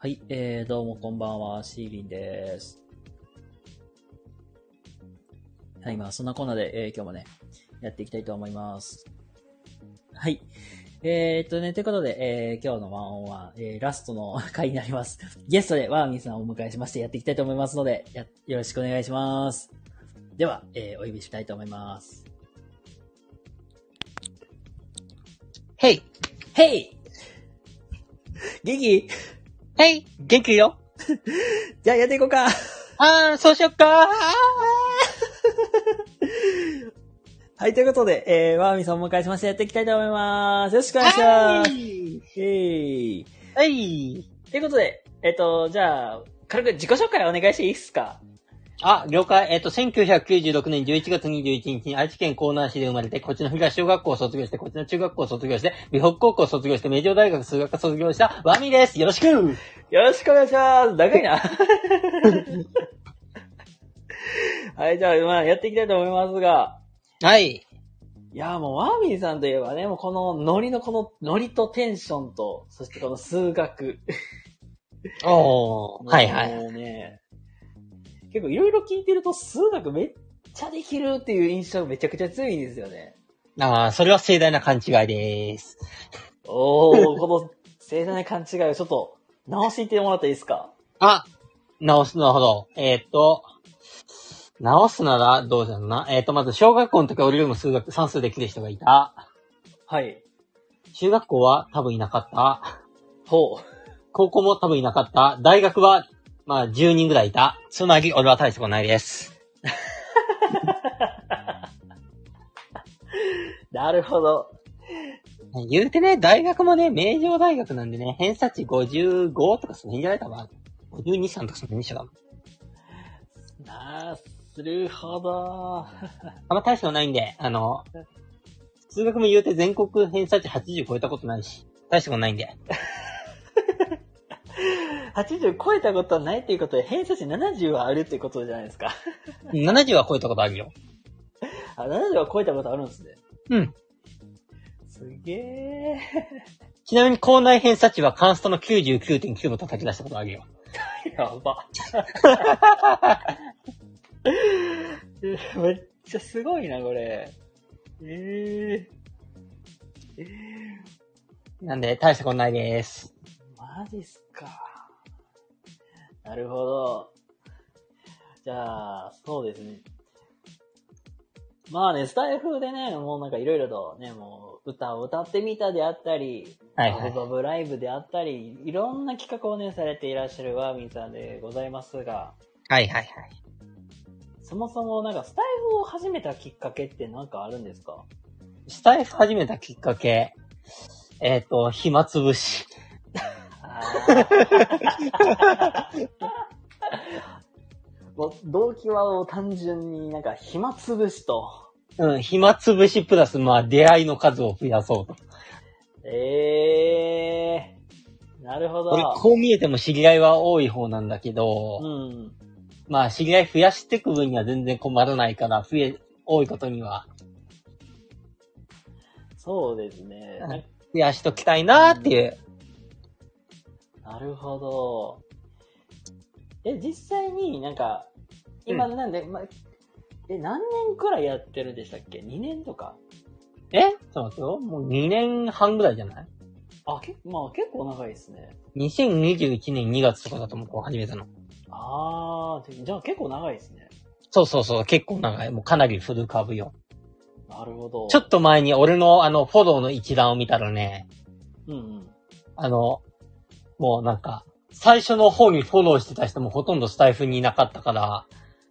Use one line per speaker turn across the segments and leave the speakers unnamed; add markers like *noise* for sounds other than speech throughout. はい、えー、どうもこんばんは、シーリンです。はい、まあそんなコーナーで、えー今日もね、やっていきたいと思います。はい。えー、っとね、ということで、えー今日のワンオンワン、えーラストの回になります。 *laughs* ゲストでワーミンさんをお迎えしましてやっていきたいと思いますので、やよろしくお願いします。では、えーお呼びしたいと思います。
ヘイ
ヘイ元気
ヘイ元気よ
じゃあやっていこうか
あー、そうしよっか
はい、ということで、えー、ワーミさんをお迎えしましてやっていきたいと思います。よろしくお願いしま
は
す。
い
えー、
はい
ということで、えっ、と、じゃあ、軽く自己紹介お願いしていいっすか
あ、了解。えっ、と、1996年11月21日に愛知県江南市で生まれて、こっちの東小学校を卒業して、こっちの中学校を卒業して、美北高校を卒業して、名城大学数学科を卒業した、ワミです。よろしく
よろしくお願いします。長
*laughs*
いな。はい、じゃあ、まあ、やっていきたいと思いますが、
はい。
いやーもう、ワーミンさんといえばね、もうこのノリのこのノリとテンションと、そしてこの数学。
おー。はいはい。
もうね、結構いろいろ聞いてると数学めっちゃできるっていう印象めちゃくちゃ強いんですよね。
あー、それは盛大な勘違いです。
おー、この盛大な勘違いをちょっと直していってもらっていいですか
あ、直す、なるほど。えーっと、直すなら、どうだろうな。えーっと、まず、小学校の時は俺よりも数学、算数できる人がいた。
はい。
中学校は多分いなかった。
ほう。
高校も多分いなかった。大学は、まあ、10人ぐらいいた。つまり、俺は大したことないです。
なるほど。
言うてね、大学もね、名城大学なんでね、偏差値55とかその辺じゃないかな。52、3とかその辺でしょ、多分
なるほど。
あんま大したことないんで、あの、数学も言うて全国偏差値80超えたことないし、大したことないんで。
80超えたことはないっていうことで、偏差値70はあるっていうことじゃないですか。
70は超えたことあるよ。
あ、70は超えたことあるんですね。
うん。
すげえ。
ちなみに、校内偏差値はカンストの99.9も叩き出したことあるよ。
*laughs* やば。めっちゃすごいな、これ。ええ
なんで、大したことないです。
マジっすか。なるほど。じゃあ、そうですね。まあね、スタイフでね、もうなんかいろいろとね、もう歌を歌ってみたであったり、
はいは
バ
い。
ブバブライブであったり、いろんな企画をね、されていらっしゃるワーミンさんでございますが、
はいはいはい。
そもそもなんかスタイフを始めたきっかけってなんかあるんですか
スタイフ始めたきっかけ、えっ、と、暇つぶし。
*laughs* もう動機はもう単純になんか暇つぶしと。
うん、暇つぶしプラス、まあ、出会いの数を増やそうと。
ええー。なるほ
俺、
ど。
こう見えても知り合いは多い方なんだけど、
うん。
まあ、知り合い増やしていく分には全然困らないから、増え、多いことには
そうですね。
うん増やしときたいなーっていう。
なるほど。え、実際になんか、今なんで、ま、え、何年くらいやってるんでしたっけ ?2 年とか
えちょっと待ってよ。もう2年半ぐらいじゃない
あ、けまあ結構長いですね。
?2021 年2月とかだと思う、始めたの。
あー、じゃあ結構長いですね。
そうそうそう、結構長い。もうかなり古株よ。
なるほど。
ちょっと前に俺のあの、フォローの一覧を見たらね、
うんうん。
あの、もうなんか、最初の方にフォローしてた人もほとんどスタイフにいなかったから、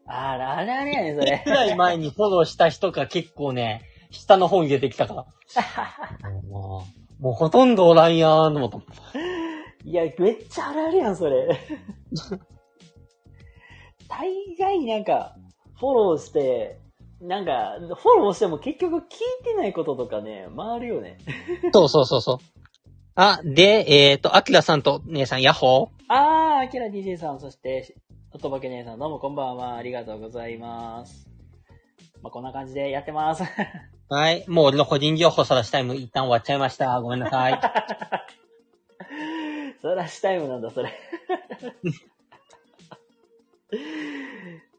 あら、あれあれやね、それ *laughs*
く。らい前にフォローした人が結構ね、下の方に出てきたから。もう、もうほとんどおらんやーんと思った。
いや、めっちゃあるあるやん、それ。 *laughs* 大概なんか、フォローして、なんか、フォローしても結局聞いてないこととかね、回るよね。 *laughs*
そうそうそうそう。あ、で、えっ、と、アキラさんと姉さん、ヤッホ
あー、アキラ DJ さん、そして、おとばけ姉さん、どうもこんばんは。ありがとうございます。まあ、こんな感じでやってます。
ーはい。もう俺の個人情報さらしたいも一旦終わっちゃいました。ごめんなさい。
そらしタイムなんだ、それ。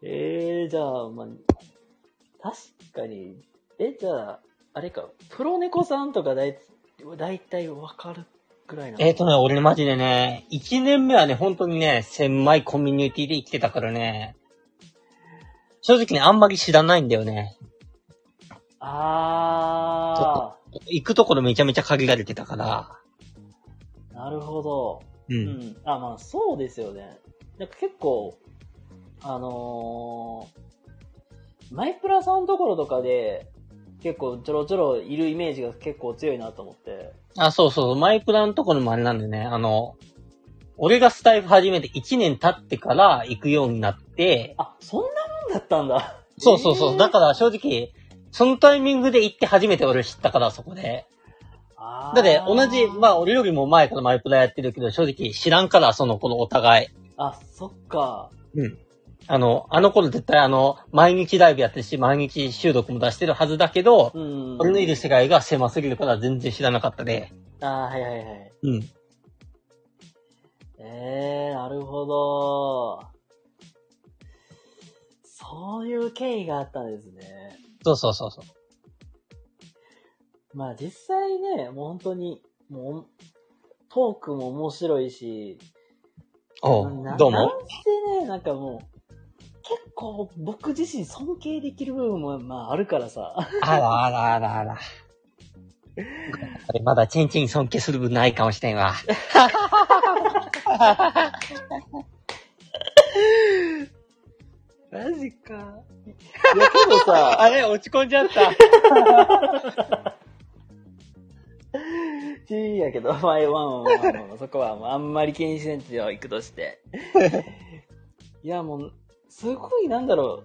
えー、じゃあ、まあ、確かに、え、じゃあ、あれか、黒猫さんとかだいだいたいわかるくらいなの
えっとね、
俺ねマジでね、1年目はね、本当にね、狭いコミュニティで生きてたからね、正直ね、あんまり知らないんだよね。
あ
行くところめちゃめちゃ限られてたから。
ー、なるほど。う
う。
んん。あ、まあ、そうですよね。なんか結構、あのーマイプラさんのところとかで、結構ちょろちょろいるイメージが結構強いなと思って。
あ、そうそう、マイプラのところもあれなんでね、あの、俺がスタイフ始めて1年経ってから行くようになって、
あ、そんなもんだったんだ。
そうそうそう、
えー
だから正直、そのタイミングで行って初めて俺知ったから、そこで。
あ
だって同じ、ま
あ
あ俺よりも前からマイプラやってるけど、正直知らんから、その頃お互い。
ー。あ、そっか。
うん。あの、あの頃絶対あの、毎日ライブやってるし、毎日収録も出してるはずだけど、
うん。
俺のいる世界が狭すぎるから全然知らなかったで。
あーはいはいはい。
うん。
ええー、なるほど。そういう経緯があったんですね。
そうそうそうそう。
まあ実際ね、もう本当に、もう、トークも面白いし、
お
な
う、どう
なん
も。
せね、なんかもう、結構僕自身尊敬できる部分もまああるからさ。
あらあらあらあ *laughs* ら。あれまだチンチン尊敬する分ないかもしれんわ。マジか。
いやけどさ、
あれ、落ち込んじゃった。
いいんやけど、 *laughs* まあまあまあまあまあまあそこはもうあんまり気にしないんよ、行くと *laughs* して。いや、もう、すごいなんだろう。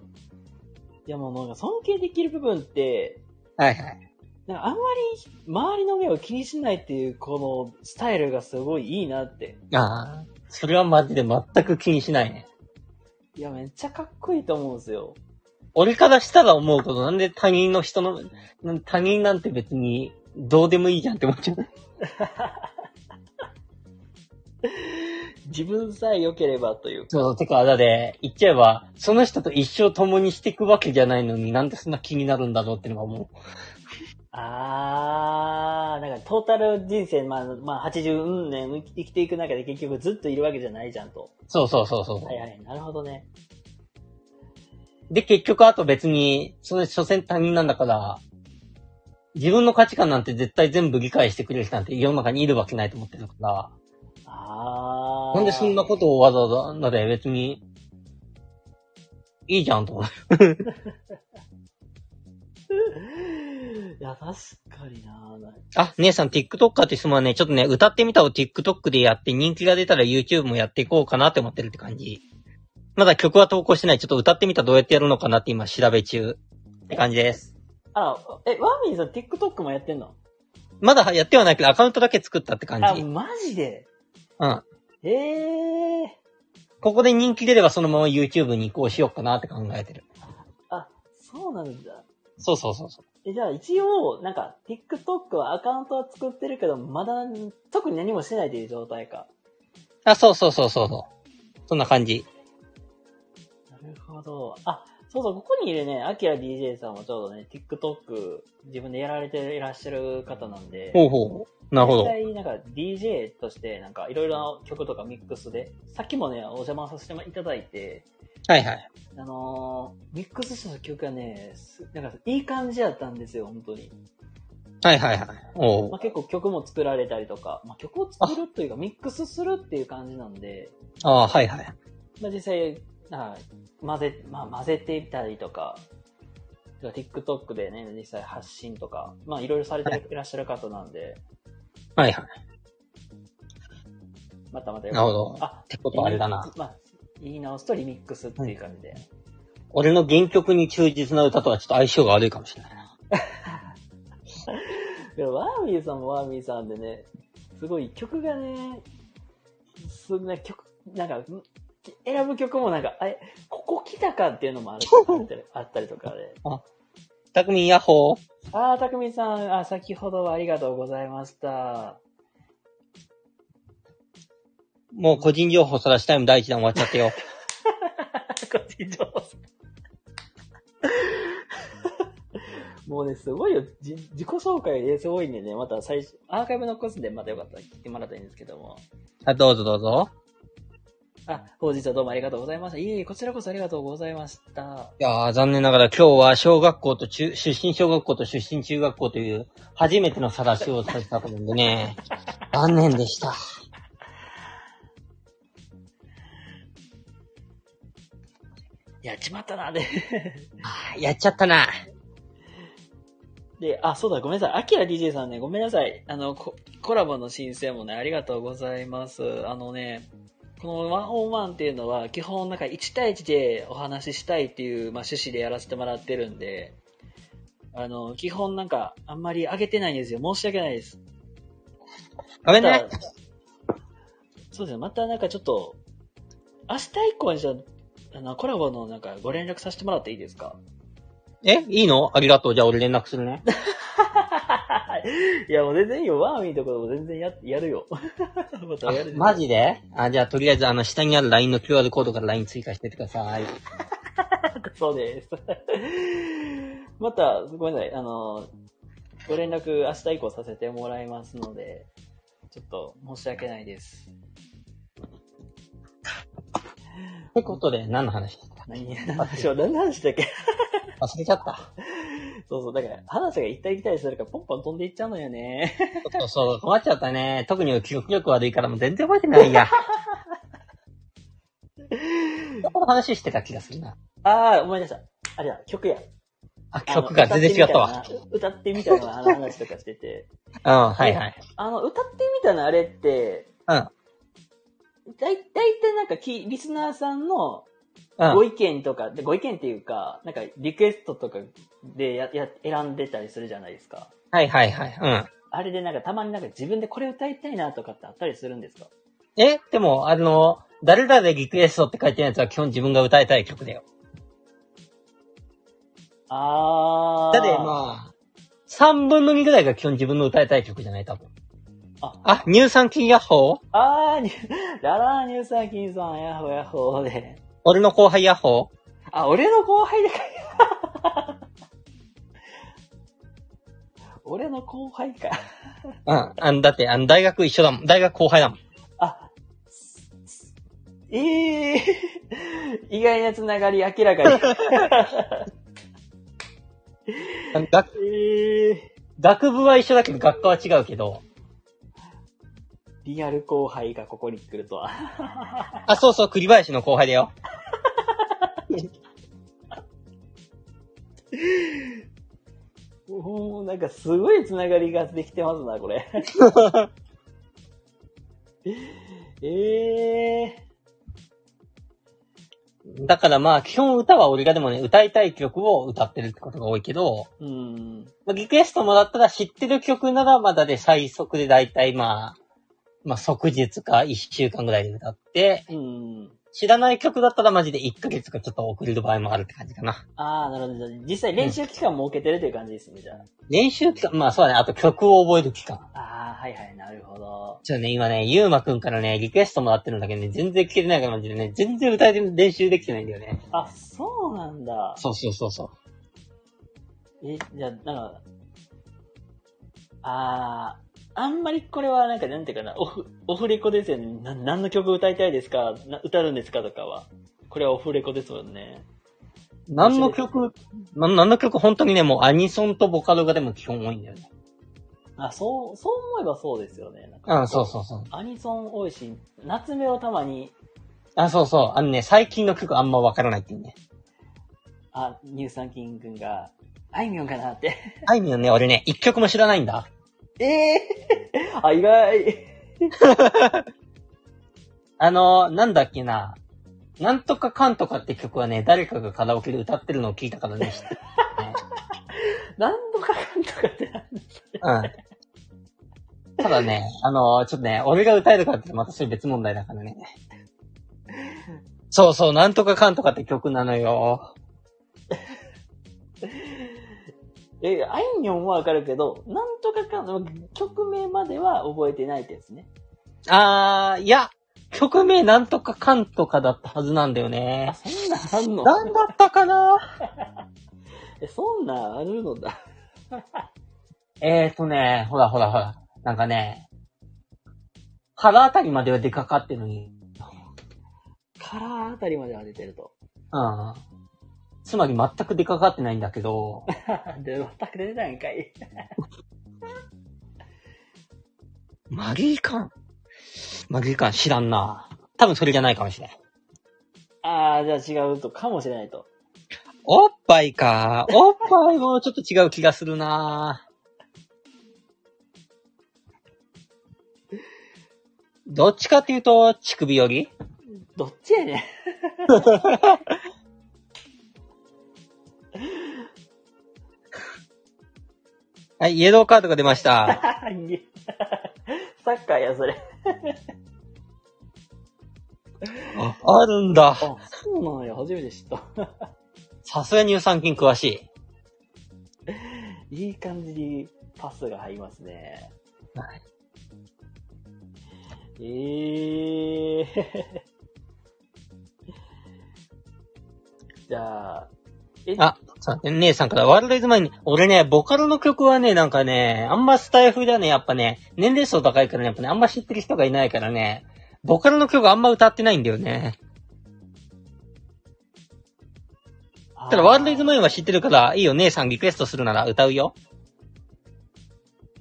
いや、もうなんか尊敬できる部分って、
はいはい。
なんかあんまり周りの目を気にしないっていうこのスタイルがすごいいいなって。
ああ、それはマジで全く気にしないね。
いや、めっちゃかっこいいと思うんですよ。
俺からしたら思うこと、なんで他人の人の、なん他人なんて別にどうでもいいじゃんって思っちゃう。
自分さえ良ければという。
そう、てか、だで、言っちゃえば、その人と一生共にしていくわけじゃないのになんでそんな気になるんだろうっていうのがもう。
あー、なんかトータル人生、まあ、まあ、80年生き生きていく中で結局ずっといるわけじゃないじゃんと。
そうそうそうそう。
はいはい、なるほどね。
で、結局、あと別に、その、所詮他人なんだから、自分の価値観なんて絶対全部理解してくれる人なんて世の中にいるわけないと思ってるから、
あー。
なんでそんなことをわざわざ、だって別に、いいじゃんと思う。
いや、確かになな
あ、姉さん TikToker って質問はね、ちょっとね、歌ってみたを TikTok でやって人気が出たら YouTube もやっていこうかなって思ってるって感じ。まだ曲は投稿してない。ちょっと歌ってみたどうやってやるのかなって今調べ中って感じです。
あら、え、ワーミンさん TikTok もやってんの
まだやってはないけどアカウントだけ作ったって
あ、
感じ。うん。
マジで
こ
ええー。
こで人気出ればそのまま YouTube に移行しようかなって考えてる。
あ、そうなんだ。
そうそうそうそう。
え、じゃあ一応、なんか TikTok はアカウントは作ってるけど、まだ特に何もしてないという状態か。
あ、そうそうそうそうそう。そんな感じ。
なるほど。あ、そうそう、ここにいるね、アキラ DJ さんもちょうどね、TikTok 自分でやられていらっしゃる方なんで。
ほうほう。なるほど。
実際、なんか DJ として、なんかいろいろな曲とかミックスで、さっきもね、お邪魔させていただいて、
はいはい。
あのー、ミックスした曲がね、すなんかいい感じやったんですよ、本当に。
はいはいはい。お
ま
う
あ、結構曲も作られたりとか、まあ、曲を作るというか、ミックスするっていう感じなんで、
あーはいはい。
まあ、実際、なんか混ぜ、まあ、混ぜてみたりとか、てか TikTok でね、実際発信とか、まあ、いろいろされていらっしゃる方なんで、
はいはい。
またまたよ
なるほど。っ
あ、
てことはあれだな。
まあ、言い直すとリミックスっていう感じで。
俺の原曲に忠実な歌とはちょっと相性が悪いかもしれないな。
でもワーミーさんもワーミーさんでね、すごい曲がね、そんな曲、なんか、ん選ぶ曲もなんか、あれ、ここ来たかっていうのもあるあったり
*laughs*
あったりとかで。
たくみんヤッホー。
ああ、たくみさん、あ、先ほどはありがとうございました。
もう個人情報さらしタイム第1弾終わっちゃってよ。
個人情報。 *laughs* もうね、すごいよ。じ自己紹介がすごいんでね、また最初、アーカイブ残すんで、またよかったら聞いてもらいたいんですけども。
*laughs* あ、どうぞどうぞ。
あ、本日はどうもありがとうございました。いえいえ、こちらこそありがとうございました。
いやー、残念ながら今日は小学校と中、出身小学校と出身中学校という、初めてのさらしをさせたと思うんで *laughs* ね。残念でした。
やっちまったな、で。 *laughs*
あーやっちゃったな。
で、あ、そうだ、ごめんなさい。アキラ DJ さんね、ごめんなさい。あの、ココラボの申請もね、ありがとうございます。あのね、このワンオンワンっていうのは、基本なんか1対1でお話ししたいっていう、まあ、趣旨でやらせてもらってるんで、あの、基本なんか、あんまり上げてないんですよ。申し訳ないです。
ごめんね。
ただそうですね、またなんかちょっと、明日以降にじゃあ、あの、コラボのなんかご連絡させてもらっていいですか
えいいのありがとう。じゃあ俺連絡するね。
*laughs* いや、もう全然いいよ。ワーミーとかでも全然や、やるよ。 *laughs* またやるよ
マジであ、じゃあとりあえずあの下にある LINE の QR コードから LINE 追加してってください。
そうです。 *laughs* また、ごめんなさい。あの、ご連絡明日以降させてもらいますので、ちょっと申し訳ないです。
ってことで、何の話だった
何、何の話を、何の話だっけ *laughs*
忘れちゃった。
そうそう、だから話が行ったり来たりするからポンポン飛んでいっちゃうのよね。
そうそう、困っちゃったね。特に記憶力悪いからもう全然覚えてないや。この話してた気がするな。
ああ、思い出した。あれだ、曲や。
あ、曲が全然違ったわ。
歌ってみたいな歌ってみたいなあの話とかしてて。
うん、はいはい。
あの、歌ってみたいなあれって、
うん。
だい、だいたいなんかき、リスナーさんの
うん。
ご意見とか、でご意見っていうか、なんかリクエストとかでやや選んでたりするじゃないですか。
はいはいはい。うん。
あれでなんかたまになんか自分でこれ歌いたいなとかってあったりするんですか
えでも、あの、誰々でリクエストって書いてるやつは基本自分が歌いたい曲だよ。
あー。
だってまあ、3分の2ぐらいが基本自分の歌いたい曲じゃない、多分。
あ
あ、乳酸菌ヤッホー
あーに、ララーニューサーキンさん、ヤッホーヤッホーで。
俺の後輩ヤッホー
あ、俺の後輩でかい。俺の後輩か。
うん。あの、だって、あの、大学一緒だもん。大学後輩だもん。
あ、ええー、意外なつながり明らかに。
あの学、
ええー。
学部は一緒だけど、学科は違うけど。
リアル後輩がここに来るとは。
あ、そうそう、栗林の後輩だよ。
もうなんかすごいつながりができてますな、これ。ええ
だからまあ、基本歌は俺がでもね、歌いたい曲を歌ってるってことが多いけど、
ー。うん。
まあ、リクエストもらったら知ってる曲ならまだで最速でだいたいまあ、まあ即日か1週間ぐらいで歌って、
うん。
知らない曲だったらマジで1ヶ月かちょっと遅れる場合もあるって感じかな。
ああ、なるほど。実際練習期間設けてるという感じですね、じゃ
練習期間、まあそうだね、あと曲を覚える期間。
あ。ああ、はいはい、なるほど。
ちょっとね、今ね、ゆうまくんからね、リクエストもらってるんだけどね、全然聞けてないからマジでね、全然歌えて練習できてないんだよね。
あ、そうなんだ。
そうそうそうそう。
え、じゃあ、なんか、ああ、あんまりこれはなんか、なんていうかな、オフ、オフレコですよね。な何の曲歌いたいですかな歌うんですかとかは。これはオフレコですもんね。
何の曲、な何の曲本当にね、もうアニソンとボカロがでも基本多いんだよね。
あ、そう、そう思えばそうですよね。なんか
うん、そうそうそう。
アニソン多いし、夏目をたまに、
あ、そうそう。あのね、最近の曲あんまわからないっていうね。
あ、乳酸菌くんが、あいみょんかなって。
あいみょんね、俺ね、一曲も知らないんだ。
ええあ、意外。 *laughs*
あのー、なんだっけな。なんとかかんとかって曲はね、誰かがカラオケで歌ってるのを聞いたからね、 *laughs* 知って
何度かかんとかってなんだ
るね。うん。ただね、あのー、ちょっとね、俺が歌えるかってまたそれ別問題だからね。そうそう、なんとかかんとかって曲なのよ。
え、あいみょんはわかるけど、なんとかかん、曲名までは覚えてないですね。
あー、いや、曲名なんとかかんとかだったはずなんだよね。
そんなんあんの
なんだったかな
え、そんなんあるのだ。
えーとね、ほらほらほら。なんかね、腹あたりまでは出かかってるのに。
カラーあたりまでは出てると。 *laughs*
うん。つまり全く出かかってないんだけど、
で、全く出てないんかい。
*laughs*
*laughs*
マギーカンマギーカン知らんな。多分それじゃないかもしれん。
ああ、じゃあ違うと、かもしれないと。
おっぱいか。おっぱいもちょっと違う気がするな。どっちかっていうと、乳首より
どっちやねん。 *laughs*
はい、イエローカードが出ました。
*laughs* サッカーや、それ。
ああるんだ。
あ、そうなのよ。初めて知った。
さすが乳酸菌詳しい。
いい感じにパスが入りますね。
はい。
ええじゃあ、え、
あ、そうだね姉さんから、ワールドイズ前に、俺ね、ボカロの曲はね、なんかね、あんまスタイフだね、やっぱね、年齢層高いからね、やっぱね、あんま知ってる人がいないからね、ボカロの曲あんま歌ってないんだよね。
あー
ただ、ワールドイズ前は知ってるから、いいよ、姉さんリクエストするなら歌うよ。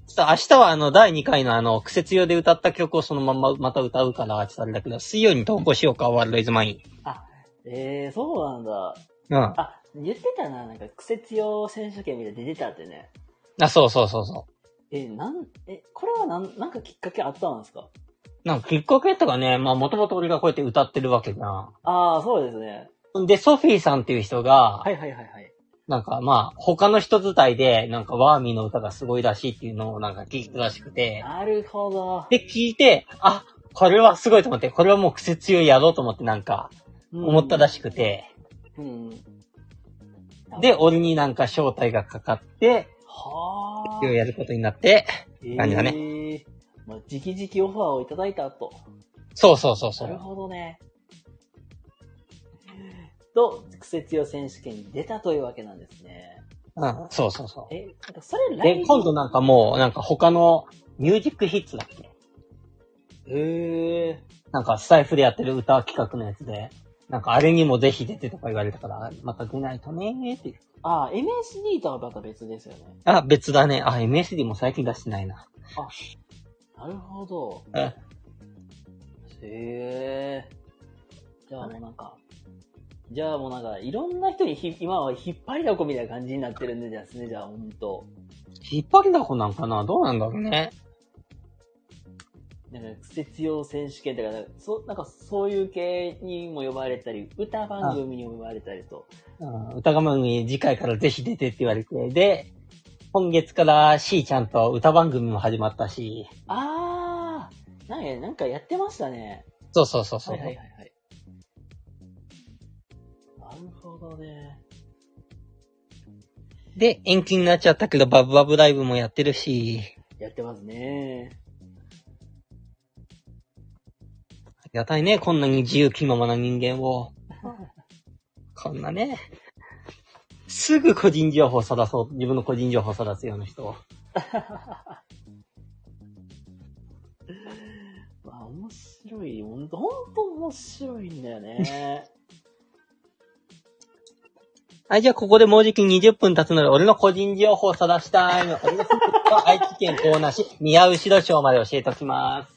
ちょっと明日はあの、第2回のあの、苦節用で歌った曲をそのまままた歌うから、ちょっとあれだけど、水曜に投稿しようか、ワールドイズ前に。
ええそうなんだ。
うん。あ、
あ、言ってたな、なんか、苦節用選手権みたいなの出てたってね。
そうそうそうそう。
え、なん、え、これはなん、なんかきっかけあったんですか
なんかきっかけとかね、まあもともと俺がこうやって歌ってるわけじゃん。
ああ、そうですね。
で、ソフィーさんっていう人が
は、いはいはいはい。
なんかまあ、他の人伝いで、なんかワーミーの歌がすごいらしいっていうのをなんか聞いたらしくて、
なるほど。
で、聞いて、あ、これはすごいと思って、これはもう癖強いやろうと思ってなんか、思ったらしくて、
うん。うん
で、、俺になんか招待がかかって、
はあ。
をやることになって、感じだ
ね。まあ、直々オファーをいただいたと。
そうそうそうそ
なる
う。
ほどね。と、クセ強選手権に出たというわけなんですね。
うん、そうそうそ
え、なんかそれ
う。で、
来
今度なんかもう、なんか他のミュージックヒッツだっけ
へえ。
なんかスタイフでやってる歌企画のやつで、なんかあれにもぜひ出てとか言われたから、また出ないとねーっていう。
あ、MSD とはまた別ですよね。
あ、別だね。あ、MSD も最近出してないな。
なるほど。
え
へえ。じゃあもうなんか、じゃあもうなんか、いろんな人にひ今は引っ張りだこみたいな感じになってるんでですね、じゃあほんと。
引っ張りだこなんかなどうなんだろうね。
なんか、節用選手権とか、なんかそうなんかそういう系にも呼ばれたり、歌番組にも呼ばれたりと。
うん、歌番組次回からぜひ出てって言われて。で、今月から C ちゃんと歌番組も始まったし。
あー、なんか、なんかやってましたね。
そうそうそうそ
は
う。
いはいはいはい。なるほどね。
で、延期になっちゃったけど、バブバブライブもやってるし、
やってますね。
ありがたいね。こんなに自由気ままな人間を。こんなね。すぐ個人情報さらそう。自分の個人情報さらすような人を。
まあ、面白い。ほんと、ほんと面白いんだよね。 *laughs*
はい、じゃあここでもうじき20分経つので、俺の個人情報を晒したいの。俺の住ん *laughs* でるのは愛知県江南市、宮後ろ町まで教えておきます。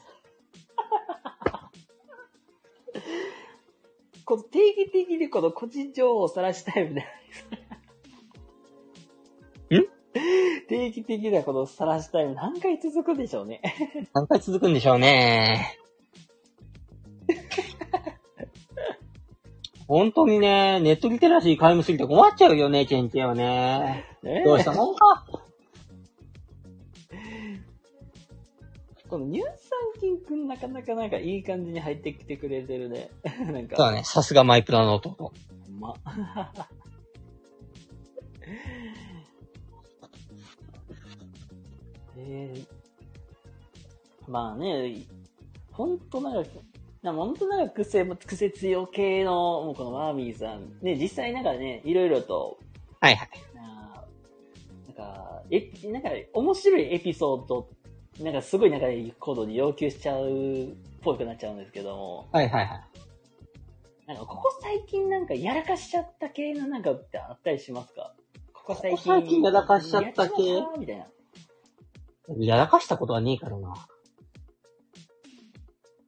この定義的にこの個人情報を晒したいみたいな。
ん
*laughs* 定義的なこの晒したい何回続くでしょうね。
何回続くんでしょう *laughs* ね。本当にね、ネットリテラシー皆無すぎて困っちゃうよね、チェンチェンはね。
ね
どうしたもんか。
この乳酸菌くんなかなかなんかいい感じに入ってきてくれてるね。 *laughs* なん
*laughs* そう
か、
だね、さすがマイプラの弟。
ほんま。 *laughs* えーまあね、ほんとなんか、なもとなんか癖も、癖強系の、もうこのマーミーさん。ね、実際なんかね、いろいろと、
はいはい。
あーなんか、え、なんか、面白いエピソード、なんかすごいなんか行動に要求しちゃうっぽくなっちゃうんですけども、
はいはいはい。
なんかここ最近なんかやらかしちゃった系のなんかってあったりしますかここ最
ここ最近やらかしちゃった系
やっちまったみたいな。
やらかしたことはねえからな。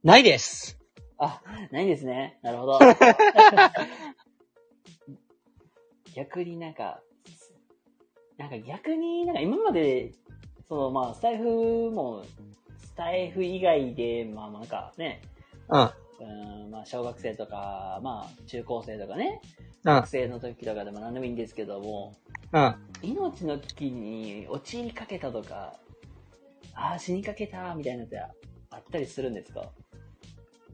ないです。
あ、ないんですね。なるほど。
*laughs*
逆になんか、なんか逆になんか今まで、そのまあスタイフも、スタイフ以外で、まあなんかね、
うん。うん。
うん、まあ小学生とか、まあ中高生とかね、
うん
学。生の時とかでも何でもいいんですけども、命の危機に陥りかけたとか、ああ、死にかけた、みたいなのってあったりするんですか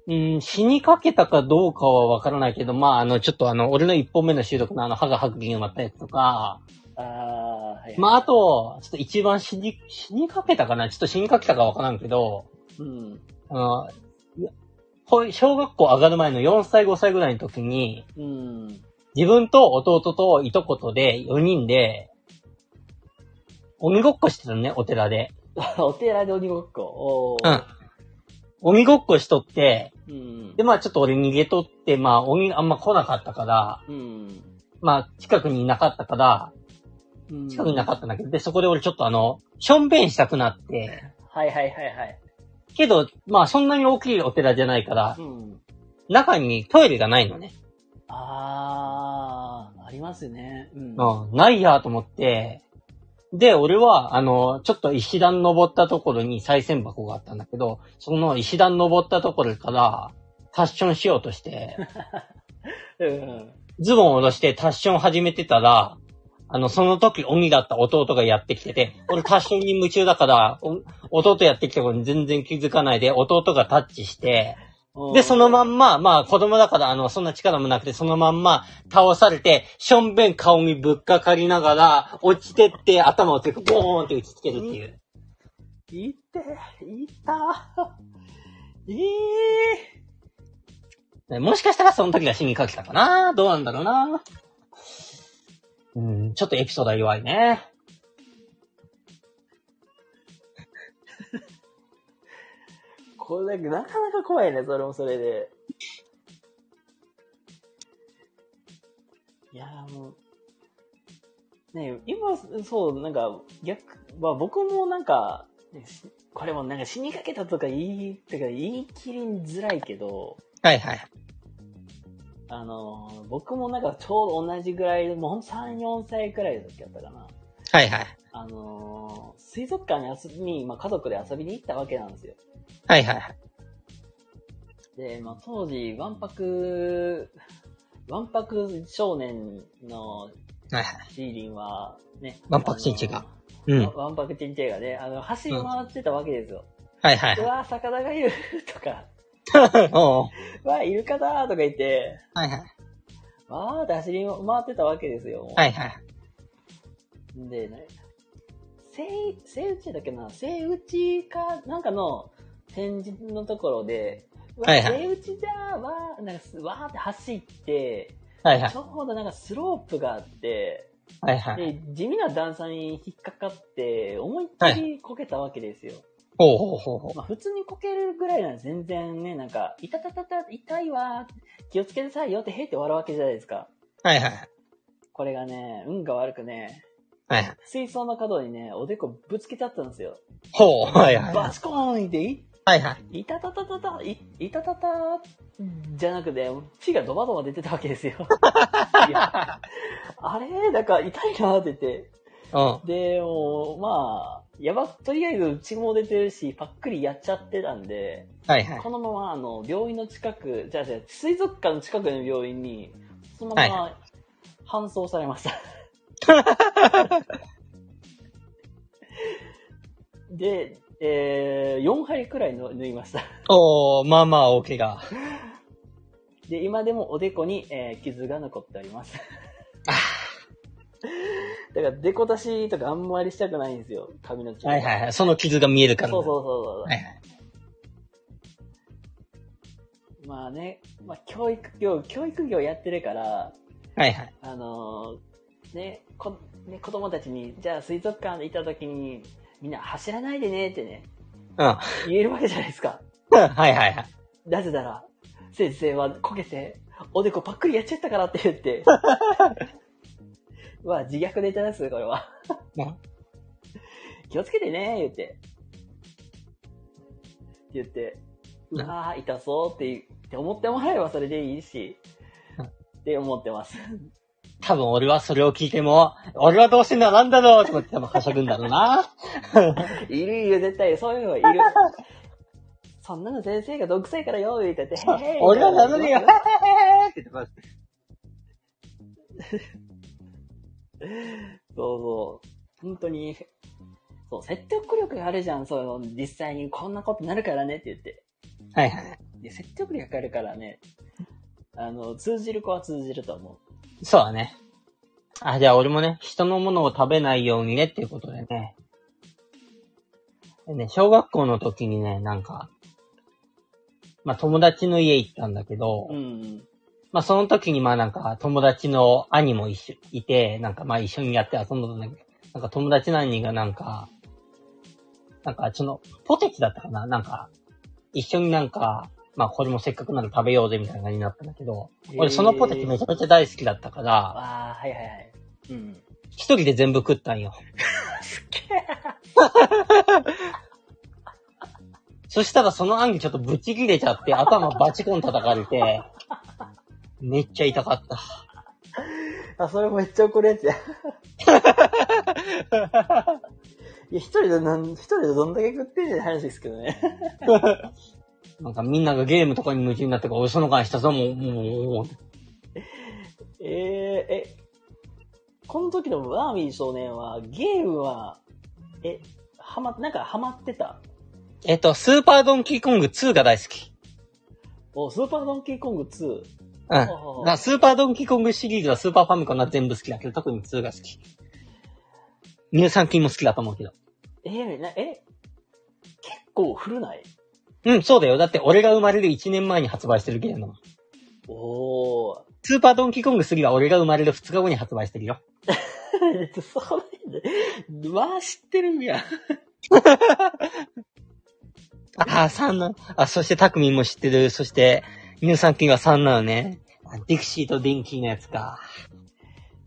うん、死にかけたかどうかはわからないけど、まあ、あの、ちょっとあの、俺の一本目の収録のあの、歯が白銀埋まったやつとか、
ああ、はい。
まあ、あと、ちょっと一番死に、死にかけたかなちょっと死にかけたかわからんけど、
うん、
あのいやほい小学校上がる前の4歳、5歳ぐらいの時に、
うん。 *laughs*
自分と弟といとことで4人で、鬼ごっこしてたのね、お寺で。
お寺で鬼ごっこ。お
う
ー
ん。鬼ごっこしとって、
うん。
で、まあちょっと俺逃げとって、まあ鬼あんま来なかったから、
うん。
まあ近くにいなかったから、
うん。
近くにいなかったんだけど、で、そこで俺ちょっとあの、しょんべんしたくなって、
はいはいはいはい。
けど、まあそんなに大きいお寺じゃないから
う、ん。
中にトイレがないのね。
あー、ありますね。うん。
うん、ないやと思って、で、俺は、あの、ちょっと石段登ったところに再銭箱があったんだけど、その石段登ったところから、タッションしようとして、
うん。
ズボンを下ろしてタッション始めてたら、あの、その時鬼だった弟がやってきてて、俺タッションに夢中だから、お弟やってきたことに全然気づかないで、弟がタッチして、で、そのまんま、まあ子供だから、あの、そんな力もなくて、そのまんま倒されて、しょんべん顔にぶっかかりながら、落ちてって頭をてくボーンって打ちつけるっていう。
いって、いた。 *laughs* えー。
ねもしかしたらその時が死にかけたかなどうなんだろうなうん、ちょっとエピソードは弱いね。
これ、なかなか怖いね、それもそれで。いやーもう、ね今、そう、なんか、逆、まあ僕もなんか、ねしこれもなんか死にかけたとか言い、てか言い切りづらいけど、
はいはい。
あのー僕もなんかちょうど同じぐらいで、もうほんと3、4歳くらいの時だったかな。
はいはい。
あのー水族館に遊びに、まあ家族で遊びに行ったわけなんですよ。
はいはいはい。
で、まあ、当時、わんぱく、わんぱく少年の
はいはい。
シーリンは、ね。
わんぱくチンチンが。う
あ
ん。
の。わわんぱくチンチェがね、あの、走り回ってたわけですよ。
はいはいう
わー、魚がいるとか、 *laughs*
はい。おう
うわー、イルカだーとか言って、
はいはい。
わーって走り回ってたわけですよ。
はいはい。
でね、セイ、セイウチだっけな、セイウチか、なんかの展示のところで、うわ、
はいはい
セイウチだー、わー、なんかす、わーって走って、
はいはい
ち。ょうどなんかスロープがあって、
はいはい。
で、地味な段差に引っかかって、思いっきりこけたわけですよ。
ほうほうほうほう。
まあ、普通にこけるぐらいなら全然ね、なんか、いたたたた、痛いわー、気をつけなさいよってへいって笑うわけじゃないですか。
はいはいはい。
これがね、運が悪くね、
はいはい。
水槽の角にね、おでこぶつけちゃったんですよ。
ほう。はいはい。
バチコーンって、い
はいはい。
いたたたたた、いいたたた、じゃなくて、血がドバドバ出てたわけ
*laughs*
ですよ。いやあれなんか痛いなーって言って。
うん。
で、もう、まあ、やば、とりあえず血も出てるし、パックリやっちゃってたんで、
はいはい。
このまま、あの、病院の近く、じゃあじゃあ水族館の近くの病院に、そのま
は
ま搬送されました。
*laughs*
で、えー、4針くらいの縫いました。
おー、まあまあ大怪我。
で、今でもおでこに、えー傷が残っております。だから、デコ出しとかあんまりしたくないんですよ、髪の毛。
はいはいはい。その傷が見えるから。
そうそうそうそう。
はいはい。
まあね、まあ教育業、教育業やってるから、
はい *laughs* はい。
あのーね、こ、ね、子供たちに、じゃあ水族館でいた時に、みんな走らないでねってね、
うん。
言えるわけじゃないですか。
はいはいはい。
なぜなら、先生はこけて、おでこパックリやっちゃったからって言って。 *laughs* まあ自虐ネタです、これは。
ね
気をつけてね、言って。って言って、うわー、痛そうってって思ってもらえばそれでいいし
うん、
って思ってます。
多分俺はそれを聞いても、俺はどうしてんだなんだろうと思って多分はしゃぐんだろ
*laughs*
うな。
いるいる、絶対、そういうのはいる。 *laughs* そんなの先生が毒臭いからよ、言ってて、へー
俺はなのに、へへへへへって言ってます。
そうそう。本当に、そう、説得力があるじゃん、そういうの。実際にこんなことになるからねって言って。
はいはい。
で、説得力があるからね、あの、通じる子は通じると思
そうだね。あ、じゃあ俺もね、人のものを食べないようにねっていうことでね。でね、小学校の時にね、なんか、まあ友達の家行ったんだけど、
う。うん。
まあその時にまあなんか友達の兄も一緒、いて、なんかまあ一緒にやって遊んだんだけど、なんか友達の兄がなんか、なんかその、ポテチだったかななんか、一緒になんか、まあこれもせっかくなら食べようぜみたいな感じになったんだけど、俺そのポテチめちゃめちゃ大好きだったから、
ああ、はいはいはい。うん。
一人で全部食ったんよ。そしたらその兄ちょっとブチ切れちゃって頭バチコン叩かれて、めっちゃ痛かった。
あ、それめっちゃ怒る *laughs* やつや。いや、一人でなん、一人でどんだけ食ってんねんって話ですけどね。
なんかみんながゲームとかに夢中になってから、俺その間ひたすらもう、もう、もう
えー、え、この時のワーミー少年は、ゲームは、え、はま、なんかハマってた
えっと、スーパードンキーコング2が大好き。
お、スーパードンキーコング2。
うん。だか
ほう
らスーパードンキーコングシリーズはスーパーファミコンが全部好きだけど、特に2が好き。乳酸菌も好きだと思うけど。
えーな、え、結構古ない
うん、そうだよ。だって俺が生まれる1年前に発売してるゲームだもん。
おー。 *laughs*
スーパードンキーコング3は俺が生まれる2日後に発売してるよ。
それで、わー知ってるんや。
ああ、3なの。あ、そしてタクミンも知ってる。そして、乳酸菌は3なのね。あディクシーとディンキーのやつか。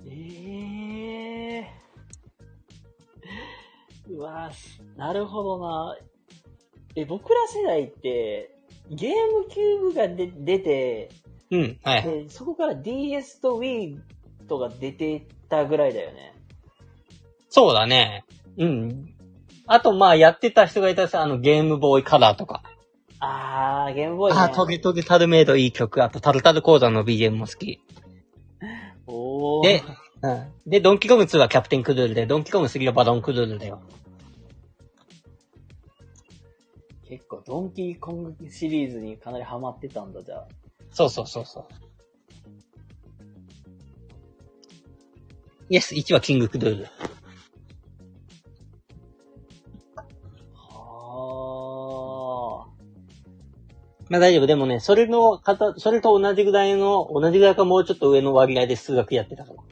えー。うわーすなるほどな。え、僕ら世代って、ゲームキューブがで出て、
うん、はい。
でそこから DS と Wii とか出てたぐらいだよね。
そうだね。うん。あと、まあ、やってた人がいたらさ、あの、ゲームボーイカラーとか。
あー、ゲームボーイ、ね。
あ、トゲトゲタルメイドいい曲。あと、タルタル講座の BGM も好き。
おー。
で、うん。で、ドンキーコム2はキャプテンクドゥルで、ドンキーコム3はバドンクドゥルだよ。
結構、ドンキーコングシリーズにかなりハマってたんだ、じゃあ。
そうそうそうそう。イエス、1はキングクドゥル。
は
まあ大丈夫。でもね、それの方、それと同じぐらいの、同じぐらいかもうちょっと上の割合で数学やってたから。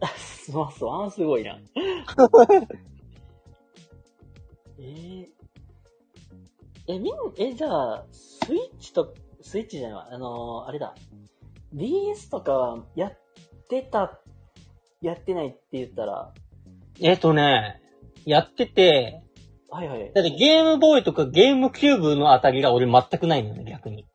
あ。すま *laughs* そう、あーすごいな。 *laughs* えー、え、みん、え、じゃあ、スイッチと、スイッチじゃないわ、あのーあれだ。DS とかやってた、やってないって言ったら、
えっ、とね、やってて、
はいはい。
だってゲームボーイとかゲームキューブのあたりが俺全くないのよね、逆に。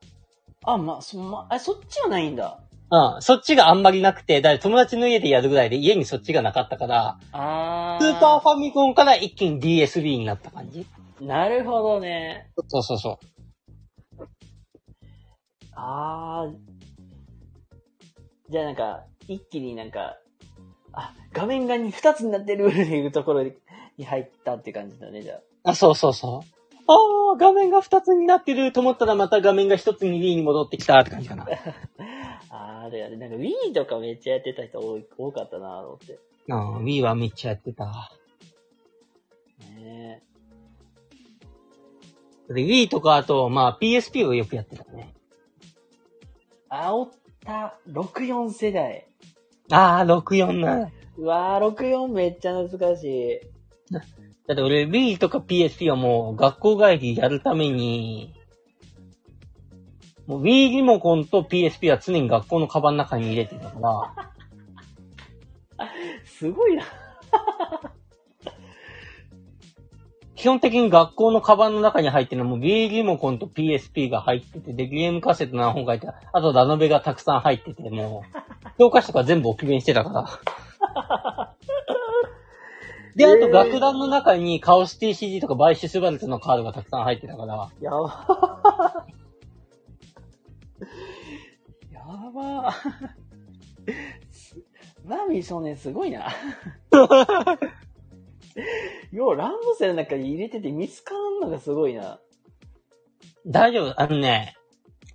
あ、ま、そ、ま、あ、そっちはないんだ。
うん、そっちがあんまりなくて、だから友達の家でやるぐらいで家にそっちがなかったから、
あ
スーパーファミコンから一気に DSB になった感じ。
なるほどね。
そうそうそう。
あー。じゃあなんか、一気になんか、あ、画面がに二つになってる *laughs* っていうところに入ったって感じだね、じゃあ。
あ、そうそうそう。あー、画面が二つになってると思ったらまた画面が一つに D に戻ってきたって感じかな。
あー、だよね。なんか Wii とかめっちゃやってた人多い多かったなと思って。
うん、Wii はめっちゃやってた。
ねえ
で Wii とかあと、まあ PSP をよくやってたね。
煽った64世代。
あー、64な。
うわー、64めっちゃ懐かしい。
だって俺、Wii とか PSP はもう学校帰りやるために、もう Wii リモコンと PSP は常に学校のカバンの中に入れてたから、
すごいな。
基本的に学校のカバンの中に入ってるのはもう Wii リモコンと PSP が入ってて、で、ゲームカセット何本か入ってた、あとラノベがたくさん入ってて、もう、教科書とか全部置き弁してたから。で、あと楽団の中にカオシティ CD とかバイシュスバルツのカードがたくさん入ってたから、
やば。 *laughs* やば。 *laughs* ラミー少年すごいな。 *laughs* よう、ランドセルの中に入れてて見つからんのがすごいな。
大丈夫、あのね、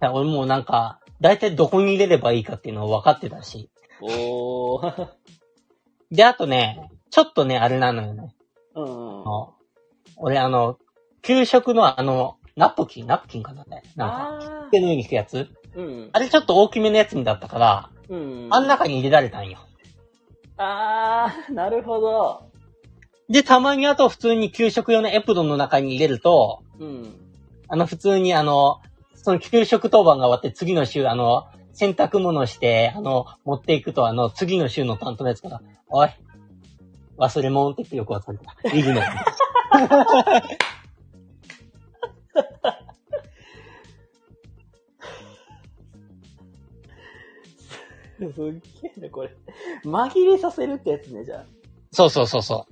俺もうなんか、大体どこに入れればいいかっていうのは分かってたし。
おー。
で、あとね、ちょっとね、あれなのよね。
*laughs* うん、う
あ
ん。あ
の俺あの、給食のあの、ナプキン、ナプキンかなね。なんか、
あー。
机の上に引くやつ
うん。
あれちょっと大きめのやつだったから、
うん。
あん中に入れられたんよ。
あー、なるほど。
で、たまにあと普通に給食用のエプロンの中に入れると、
うん。
あの、普通にあの、その給食当番が終わって次の週、あの、洗濯物をして、あの、持っていくと、あの、次の週の担当のやつから、おい、忘れ物って言ってよくわかるた。いるの。
すっげえな、これ。紛れさせるってやつね、じゃあ。
*laughs* そうそうそうそ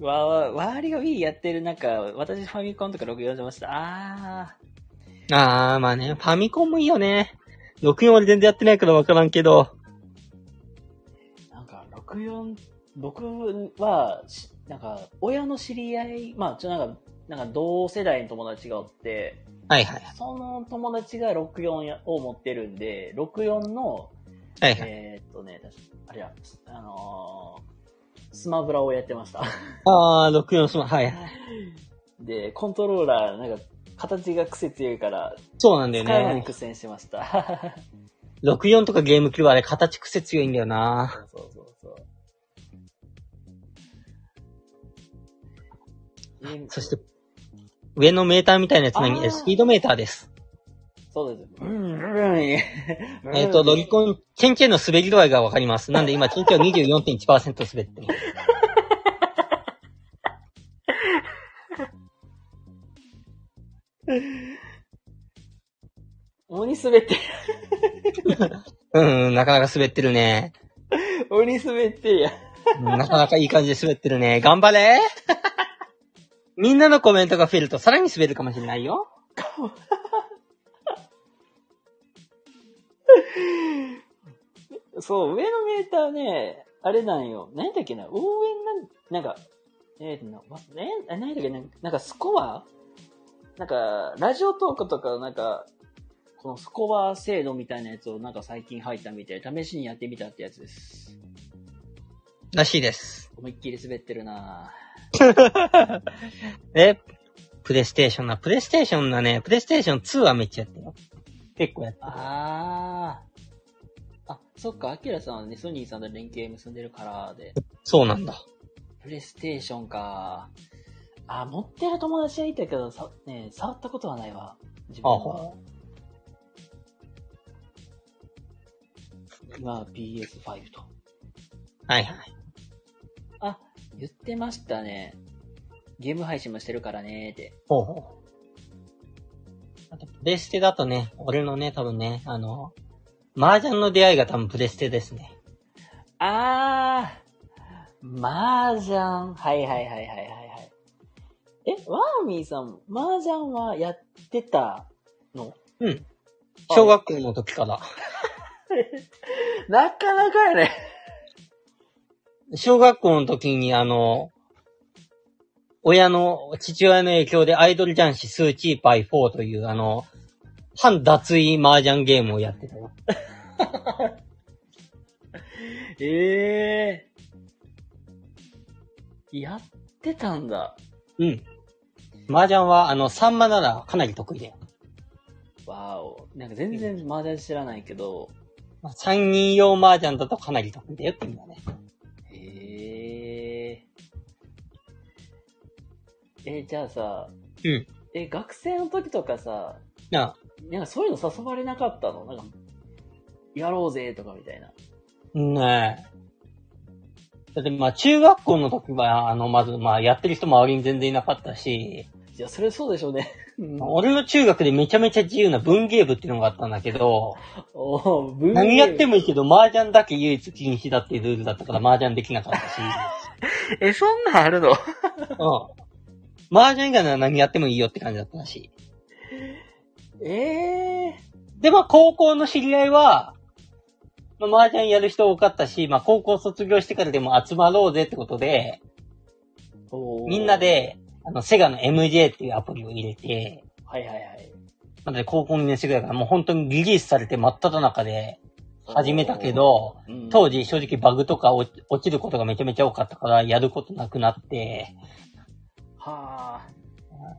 う。
わわ、周りが Wii やってる中、私ファミコンとか64してました。あ
あー、まあね、ファミコンもいいよね。64俺全然やってないからわからんけど。
ー。なんか、64、僕は、しなんか、親の知り合い、まあ、ちょ、なんか、なんか同世代の友達がおって、
はいはい。
その友達が64やを持ってるんで、64の、
はいはい。
えーっとね、確かあれや、あのースマブラをやってました。
あー、64すまん。はいはい。
で、コントローラー、なんか、形が癖強いから、
そうなんだよ
使うのに
ね。
苦戦してました。
64とかゲームキューブあれ形癖強いんだよな。
そうそうそうそう。ね
そして、上のメーターみたいなやつ何
あー
スピードメーターです。
そうです。うん、うん、
えっ、と、ロリコン、チェンチェンの滑り度合いがわかります。なんで今、チェンチェンは24.1%滑ってます。
鬼滑って
うんうん、なかなか滑ってるね。
る、 *laughs* 鬼滑ってるやん。
うんなかなかいい感じで滑ってるね。頑張れみんなのコメントが増えると、さらに滑るかもしれないよ。
そう、上のメーターね、あれなんよ。何だっけな、応援なん、なんか、えーとな、わえー、あ何だっけな、なんかスコアなんか、ラジオトークとか、なんか、このスコア制度みたいなやつをなんか最近入ったみたいで、試しにやってみたってやつです。
らしいです。
思いっきり滑ってるなぁ。
え、プレイステーションな、プレイステーションなね、プレイステーション2はめっちゃやってるよ。結構やってる。
ああ。あ、そっか、アキラさんはね、ソニーさんと連携結んでるからで、
そうなんだ。
プレイステーションか。あ、持ってる友達はいたけど、さ、ね、触ったことはないわ。自分
あ
は
ほ。
今は PS5 と。
はいはい。
あ、言ってましたね。ゲーム配信もしてるからねーって。
ほうほう。あと、プレステだとね、俺のね、多分ね、あの、麻雀の出会いが多分プレステですね。
あー、麻雀。はいはいはいはいはいはい。え、ワーミーさん、麻雀はやってたの
うん。小学校の時から。
なかなかやね。
小学校の時にあの、親の、父親の影響でアイドル雀士スーチーパイ4というあの、反脱衣麻雀ゲームをやってたよ。
ええやってたんだ。
うん。麻雀はあの、サンマならかなり得意だよ。
わお。なんか全然麻雀知らないけど、
まあ、3人用麻雀だとかなり得意だよって意味だね。
へえ。え、じゃあさ、
うん。
え、学生の時とかさ、
なあ、
なんかそういうの誘われなかったのなんか、やろうぜとかみたいな。
ねえ。だって、まあ、中学校の時は、あの、まず、まあ、やってる人周りに全然いなかったし、
いや、それそうでしょうね。うん
俺の中学でめちゃめちゃ自由な文芸部っていうのがあったんだけど、
*laughs* おお、文
何やって
も。
もいいけど、麻雀だけ唯一禁止だっていうルールだったから、麻雀できなかったし、
*laughs* え、そんなんあるの
うん。麻雀以外なら何やってもいいよって感じだったらしい。
ええ
で、まあ、高校の知り合いは、まあ、麻雀やる人多かったし、まあ、高校卒業してからでも集まろうぜってことで、
おー
みんな。で、あの、セガの MJ っていうアプリを入れて、
はいはいはい。
なので高校2年生ぐらいからもう本当にリリースされて真っ只中で始めたけど、
うん、
当時正直バグとか落ち落ちることがめちゃめちゃ多かったからやることなくなって、
はあ。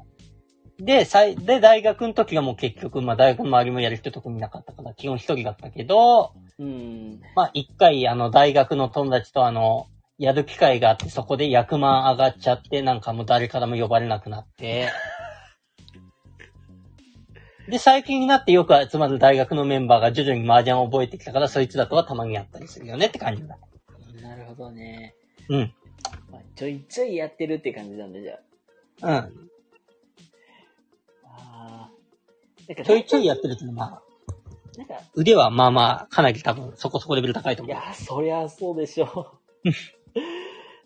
で、最、で、大学の時がもう結局、まあ大学の周りもやる人特になかったから、基本一人だったけど、
うん。
まあ一回あの大学の友達とあの、やる機会があって、そこで役満上がっちゃって、なんかもう誰からも呼ばれなくな *laughs* って。で、最近になってよく集まる大学のメンバーが徐々に麻雀を覚えてきたから、そいつだとはたまにやったりするよねって感じだ。
なるほどね。
うん。
まあ、ちょいちょいやってるって感じなんで、じゃ
*laughs* うん。
あ。ああ。なんか
ちょいちょいやってるけど、まあ、
なんか、
腕はまあまあ、かなり多分、そこそこレベル高いと
い
思う
や。、そりゃそうでしょ *laughs* う。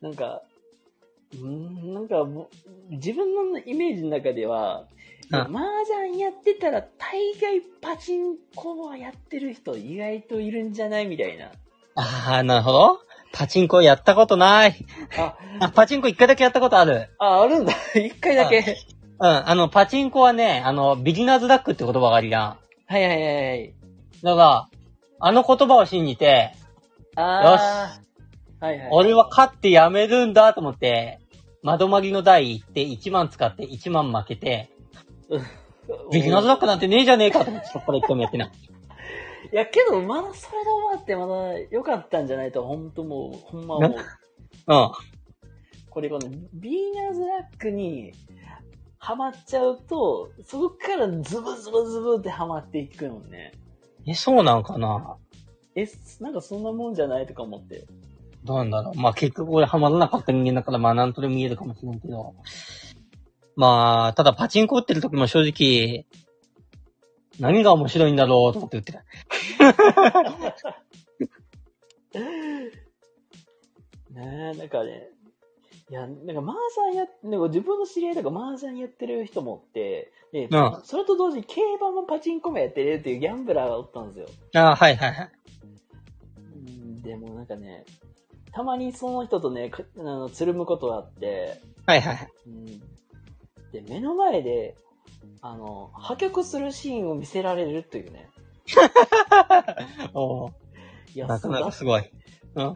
なんか、うーん、なんかもう、自分のイメージの中では、
うん
麻雀やってたら大概パチンコはやってる人意外といるんじゃないみたいな。
ああ、なるほど。パチンコやったことない。
あ、
あ、パチンコ一回だけやったことある。
あ、あるんだ。 *laughs* 一回だけ。
うん、あの、パチンコはね、あの、ビギナーズラックって言葉があるやん。
はいはいはいはい。
だから、あの言葉を信じて、
あー。はいはい。
俺は勝ってやめるんだと思って、窓曲ぎの台行って1万使って1万負けて、ビギナーズラックなんてねえじゃねえかと思ってそっから一回もやってない。
いや、けど、まだそれで終わって、まだ良かったんじゃないと、ほんともう、ほんまもう。
うん。
これこのビーナーズラックにハマっちゃうと、そこからズブズブズブってハマっていくのね。
え、そうなんかな
え、なんかそんなもんじゃないとか思って。 *laughs*
どうなんだろう。まあ結局俺ハマらなかった人間だからまあなんとでも言えるかもしれんけど。まあ、ただパチンコ打ってる時も正直、何が面白いんだろうと思って打ってた。
ねえ、なんかね、いや、なんか麻雀や、なんか自分の知り合いとか麻雀やってる人もって、で、
うん
それと同時に競馬もパチンコもやってるっていうギャンブラーがおったんですよ。
ああ、はいはいはい。
うんでもなんかね、たまにその人とね、くあの、つるむことがあって、
はいはいはい。
うんで、目の前で、あの、破局するシーンを見せられるというね。
おー
いや、
なかなか
そう
すごい。うん。
だ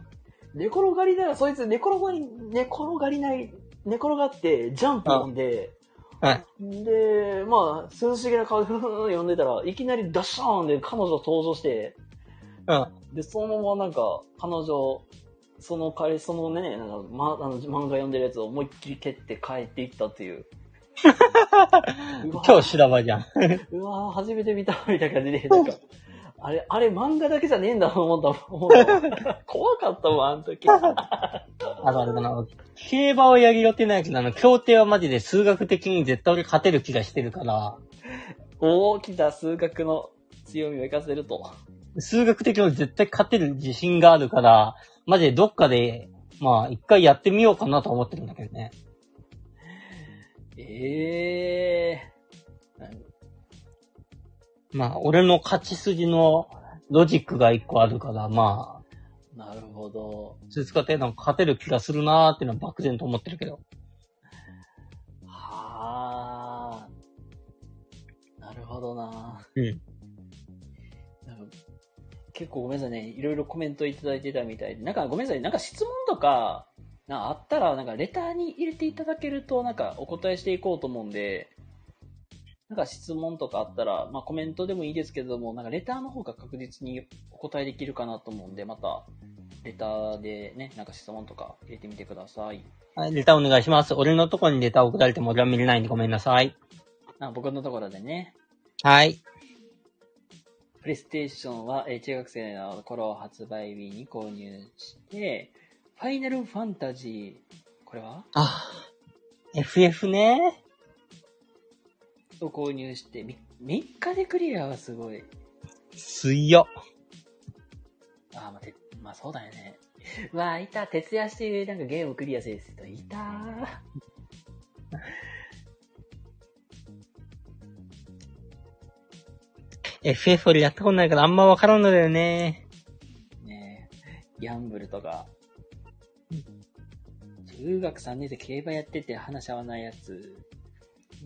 寝転がりながら、そいつ寝転がり、寝転がりない、寝転がって、ジャンプ読んで、
はい。
で、まあ、涼しげな顔で、ふふふ読んでたら、いきなりダッシャーンで彼女登場して、
うん。
で、そのままなんか、彼女、その彼、そのね、なんか、ま、あの、漫画読んでるやつを思いっきり蹴って帰っていったって
*laughs*
いう。うわ
超修羅場じゃん。
うわー、初めて見た、みたいな感じで、なんか、あれ、あれ漫画だけじゃねえんだと思ったもん。怖かったもん、あの時。
あの、あれだな。競馬をやりよってないけど、あの、競艇はマジで数学的に絶対俺勝てる気がしてるから、
大きな数学の強みを生かせると。
数学的に俺絶対勝てる自信があるから、マジでどっかで、まあ、一回やってみようかなと思ってるんだけどね。
ええ
まあ、俺の勝ち筋のロジックが一個あるから、まあ、
ー、なるほど。
数使ってなんか勝てる気がするなーっていうのは漠然と思ってるけど。
はあ。なるほどな。
うん。
なんか結構ごめんなさいね。いろいろコメントいただいてたみたいで。なんかごめんなさい。なんか質問とか、なんかあったら、なんかレターに入れていただけると、なんかお答えしていこうと思うんで。なんか質問とかあったら、まあコメントでもいいですけれども、なんかレターの方が確実にお答えできるかなと思うんで、また、レターでね、なんか質問とか入れてみてください。
はい、レターお願いします。俺のとこにレター送られても俺は見れないんでごめんなさい。
あ僕のところでね、
はい。
プレイステーションはえー中学生の頃発売日に購入して、ファイナルファンタジー、これは
あ、FF ね。
を購入してみ3日でクリアはすごい。
水曜。
あー、まあ、てまあそうだよね。 *laughs* まあいた、徹夜してなんかゲームクリアせる人いたー。
FF 俺やったことないからあんまわからんのだよね。
ねえ、ギャンブルとか。中学3年生競馬やってて話し合わないやつ。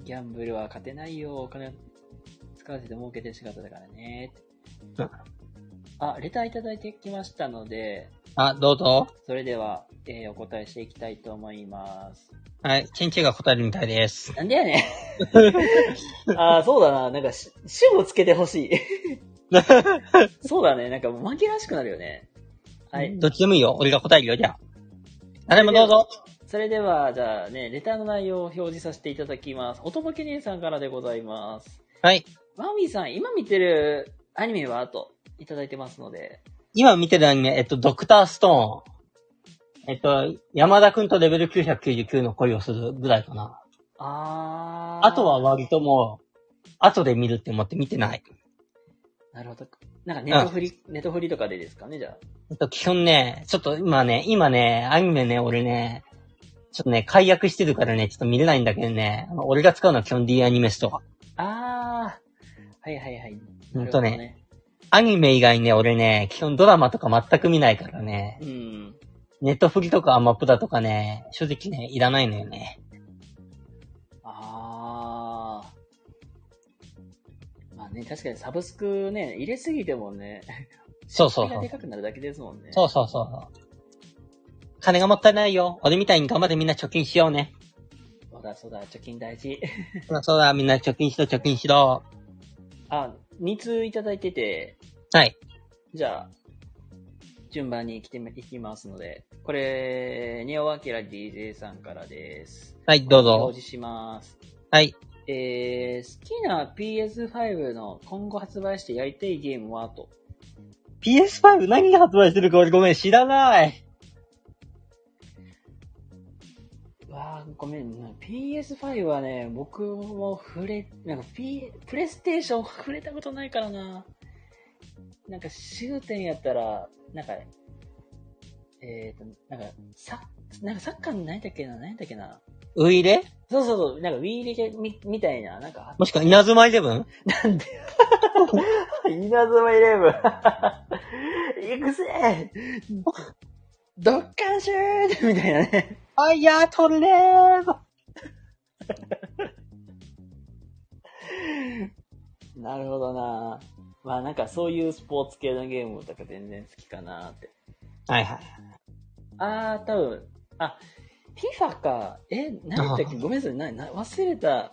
ギャンブルは勝てないよ。お金使わせて儲けてる仕方だからね
うん。
あ、レターいただいてきましたので、
あ、どうぞ。
それでは、えーお答えしていきたいと思います。
はい、チェンチェが答えるみたいです。
なんでやねん。ああ、そうだな。なんかし、主をつけてほしい。そうだね。なんか、紛らわしくなるよね。はい。
どっちでもいいよ。俺が答えるよ、じゃあ。誰もどうぞ。
それでは、じゃあね、レターの内容を表示させていただきます。おとぼけ姉さんからでございます。
はい。
マミーさん、今見てるアニメはと、いただいてますので。
今見てるアニメ、えっと、ドクターストーン。えっと、山田くんとレベル999の恋をするぐらいかな。
あー。
あとは割ともう、後で見るって思って見てない。
なるほど。なんか、ネットフリ、ネットフリとかでですかね、じゃ
えっと、基本ね、ちょっと今ね、今ね、アニメね、俺ね、ちょっとね、解約してるからね、ちょっと見れないんだけどね、あの俺が使うのは基本 D アニメストア。
あ。あー。はいはいはい。
ほんとね
なる
アニメ以外ね、俺ね、基本ドラマとか全く見ないからね
ほ、どね。うん。
ネットフリとかアマプラとかね、正直ね、いらないのよね。
あー。まあね、確かにサブスクね、入れすぎてもね、
そうそ
*laughs*
う
手
そ
が
う
で。かくなるだけですもんね。
そうそうそうそう。金がもったいないよ。俺みたいに頑張ってみんな貯金しようね。
そうだそうだ、貯金大事。
そうだそうだ、みんな貯金しろ、貯金しろ。
あ、2通いただいてて、
はい。
じゃあ、順番に来てみいきますので、これ、ネオアキラ DJ さんからです。
はい、どうぞ
表。示します。
はい。
えー、好きな PS5 の今後発売してやりたいゲームはと。
PS5 何が発売してるか俺ごめん、知らない。
わー、ごめんな。PS5 はね、僕も触れ、なんか P、プレイステーション *laughs* 触れたことないからな。なんか終点やったら、なんか、えっ、と、なんか、サッ、なんかサッカーの何だっけな、何だっけな。
ウイレ
そうそうそう、なんか Wii リレみみたいな、なんか、
もしくは稲妻イレブン
なんで *laughs* 稲妻イレブン。 *laughs* いくぜドッカンシューみたいなね。
あいやー、トルネード
なるほどなまあなんかそういうスポーツ系のゲームとか全然好きかなって。
はいはい。
あー、多分、あ、FIFA か。え、何だっけごめんなさい、な、な、忘れた。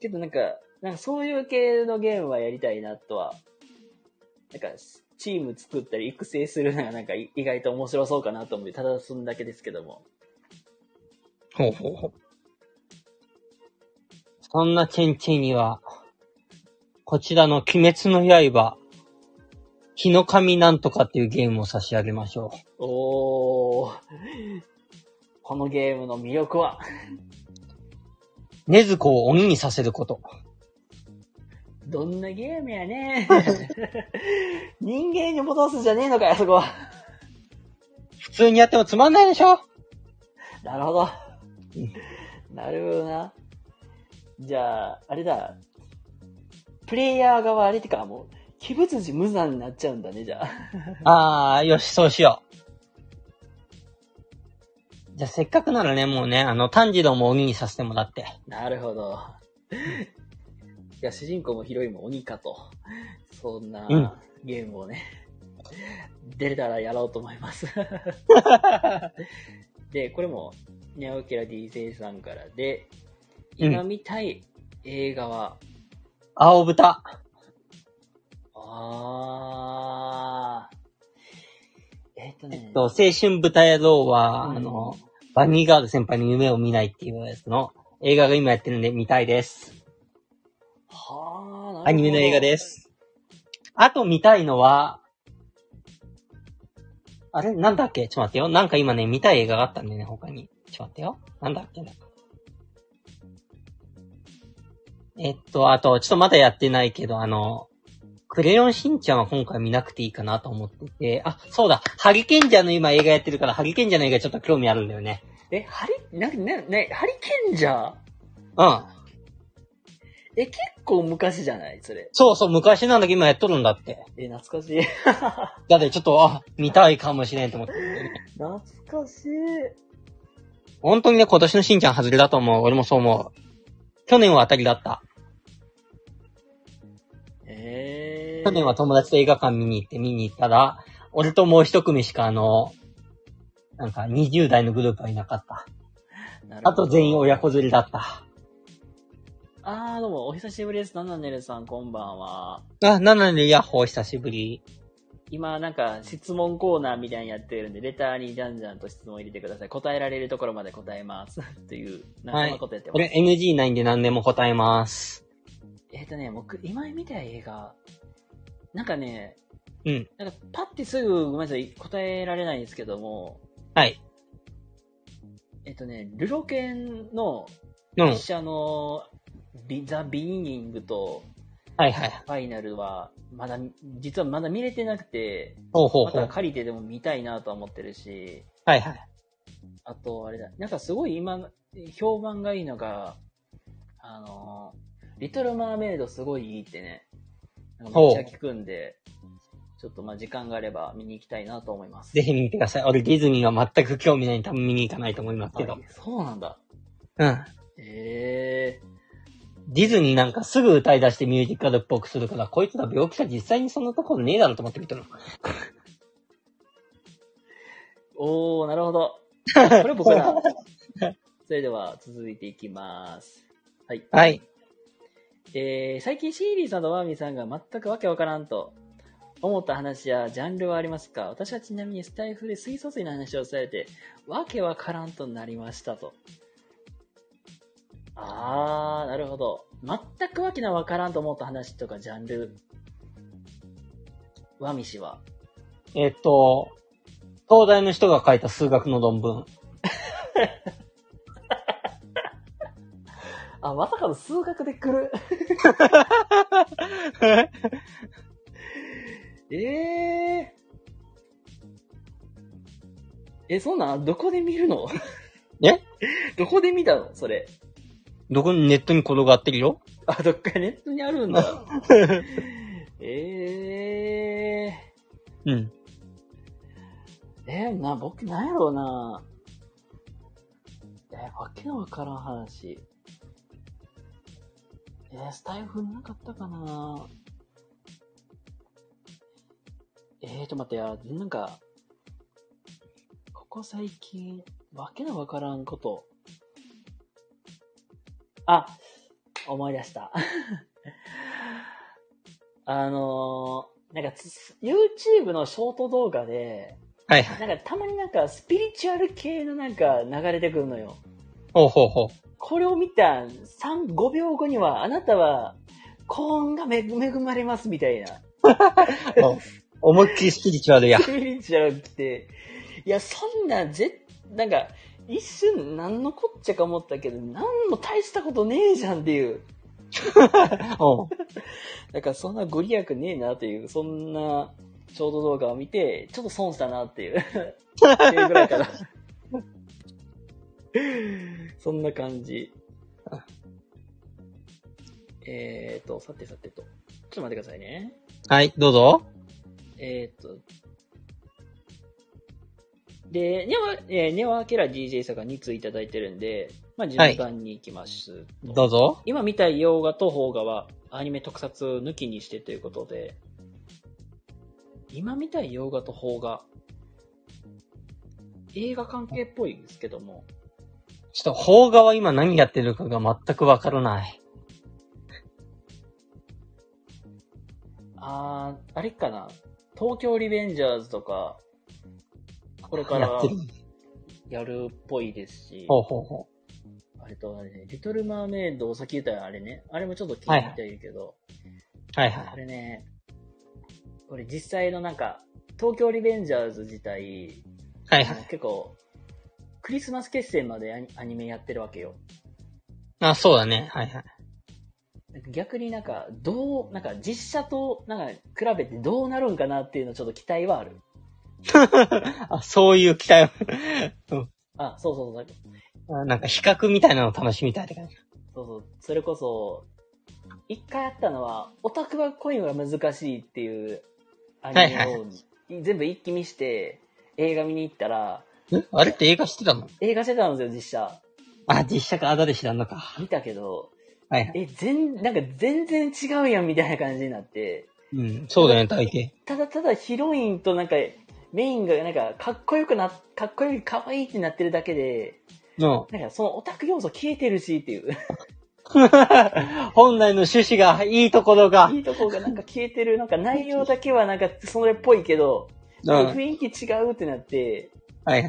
けどなんか、なんかそういう系のゲームはやりたいなとは。なんか、チーム作ったり育成するのがなんかい意外と面白そうかなと思って、ただそんだけですけども。
ほうほうほう。そんなチェンチェンには、こちらの鬼滅の刃、日の神なんとかっていうゲームを差し上げましょう。
おー。このゲームの魅力は、
禰豆子を鬼にさせること。
どんなゲームやね *laughs* 人間に戻すんじゃねえのかよ、そこは。
普通にやってもつまんないでしょ
なるほど。なるほどな。じゃあ、あれだ。プレイヤー側あれってか、もう、鬼物児無惨になっちゃうんだね、じゃあ。
あー、よし、そうしよう。じゃあせっかくならね、もうね、あの、炭治郎も鬼にさせてもらって。
なるほど。いや、主人公もヒロインも鬼かと。そんな
うん
ゲームをね、出れたらやろうと思い
*laughs*
ます。で、これも、ニャオキラ DJ さんからで、
うん
今見たい映画は。
青豚。
あー。えっ、とね。
と青春豚野郎は、
うん
あの、バニーガード先輩に夢を見ないっていうやつの映画が今やってるんで見たいです。
はー。
アニメの映画
す
です。あと見たいのは、あれなんだっけちょっと待ってよ。なんか今ね、見たい映画があったんだよね、他に。ちょっと待ってよ。なんだっけな。えっと、あと、ちょっとまだやってないけど、あの、クレヨンしんちゃんは今回見なくていいかなと思ってて、あ、そうだ、ハリケンジャーの今映画やってるから、ハリケンジャーの映画ちょっと興味あるんだよね。
え、ハリ、な、な、ね、ハリケンジャー
うん。
え、結構昔じゃないそれ。
そうそう、昔なんだけど今やっとるんだって。
え、懐かしい。
だってちょっと、あ、見たいかもしれんと思って。
懐かしい。
本当にね、今年のしんちゃん外れだと思う。俺もそう思う。去年は当たりだった。
えー。
去年は友達と映画館見に行って見に行ったら、俺ともう一組しかあの、なんか20代のグループはいなかった。
なるほ
あ
ど
と全員親子連れだった。
あー、どうも、お久しぶりです。なんなんねるさん、こんばんは。
あ、なので、ヤッホー久しぶり。
今、なんか、質問コーナーみたいにやってるんで、レターにじゃんじゃんと質問入れてください。答えられるところまで答えます。 *laughs* という、なんか
はい
そんなことやってます。
俺 NG ないんで何でも答えます。
えっ、とね、僕、今見た映画、なんかね、
うん。
なんか、パッてすぐ、ごめんなさい、答えられないんですけども、
はい。
えっとね、ルロケンの
うん。はい
記者のビザ・ビギニングと
はいはい。
ファイナルは、まだ、実はまだ見れてなくて、
ほうほう
ま
ほ
た
う。
借りてでも見たいなとは思ってるし、
はいはい。
あと、あれだ、なんかすごい今、評判がいいのが、あの、リトル・マーメイドすごいいいってね、なんかめっちゃ聞くんで、ちょっとまあ時間があれば見に行きたいなと思います。
ぜひ見てください。俺ディズニーは全く興味ないんで多分見に行かないと思いますけ
あ
ど。
そうなんだ。
うん。
ええ
ディズニーなんかすぐ歌い出してミュージカルっぽくするから、こいつら病気か実際にそんなところねえだろうと思って見てるの。
おー、なるほ
*laughs*
ど。これ僕だ。それでは続いていきます。はい。
はい。
えー、最近シーリーさんとワーミーさんが全くわけわからんと思った話やジャンルはありますか私はちなみにスタイフで水素水の話をされて、わけわからんとなりましたと。あー、なるほど。全くわけのわからんと思った話とかジャンル。ワミ氏は。
えっと、東大の人が書いた数学の論文。
あ、まさかの数学で来る。 *laughs* えええ、そんなん、どこで見るの
え
どこで見たのそれ。
どこにネットに転がってるよ。
あ、どっかネットにあるん *laughs* だ。ええ
うん。
えーな、僕、なんやろうな。えーわけのわからん話。えースタイフなかったかなえー、ちょっと待ってや、なんか、ここ最近、わけのわからんこと。あ、思い出した。 *laughs* あのーなんかつ、YouTube のショート動画で、
はいはい。
なんかたまになんかスピリチュアル系のなんか流れてくるのよ。
ほうほうほ *laughs*
これを見た3、5秒後にはあなたは幸運が恵恵まれますみたいな。
う。うん思いっきりスピリチュアルや。
スピリチュアルって、いや、そんな、ぜ、なんか、一瞬何のこっちゃか思ったけど、何も大したことねえじゃんっていう。
お
だからそんなご利益ねえなという、そんなショート動画を見て、ちょっと損したなっていう。っていうぐらいかな。そんな感じ。えーと、さてさてと。ちょっと待ってくださいね。
はい、どうぞ。
えーと。で、ネワ、えーネワアキラ DJ さんが2通いただいてるんで、まあ、順番に行きます。
どうぞ。
今見たい洋画と邦画はアニメ特撮抜きにしてということで、今見たい洋画と邦画、映画関係っぽいんですけども、
ちょっと、邦画は今何やってるかが全くわからない。
あー、あれかな。東京リベンジャーズとか、これか
や
ら
ってる。
やるっぽいです *laughs* し、
ほうほうほ
あれとあれね、リトルマーメイド、さっき言ったあれね、あれもちょっと気に入っているけど、
う。はいは
あ
い。
れね、これ実際のなんか、東京リベンジャーズ自体、
はいはい。
結構、クリスマス決戦までアニアニメやってるわけよ。
あ、そうだね。はいはい。
なんか逆になんか、どう、なんか実写となんか比べてどうなるんかなっていうのちょっと期待はある。
*laughs* あ、そういう期待を
あ、そうそうそう。
うん。 *laughs* あなんか比較みたいなのを楽しみたいって感じ。
そうそう。それこそ、一回あったのは、オタクは恋は難しいっていうアニメ
はい
を全部一気見して、映画見に行ったら、
えあれって映画してたの
映画してたんですよ、実写。
あ、実写か、あだで知らんのか。
見たけど、
はいはい。
え、全、なんか全然違うやんみたいな感じになって、
うん、そうだよね、大抵。
ただただヒロインとなんか、メインがなんか、かっこよくな、かっこよい、かわいいってなってるだけで、
の、
なんかそのオタク要素消えてるしっていう、
*laughs* 本来の趣旨が、いいところが、
いいとこがなんか消えてる、なんか内容だけはなんかそれっぽいけど、
うん。はい
雰囲気違うってなって、
はい。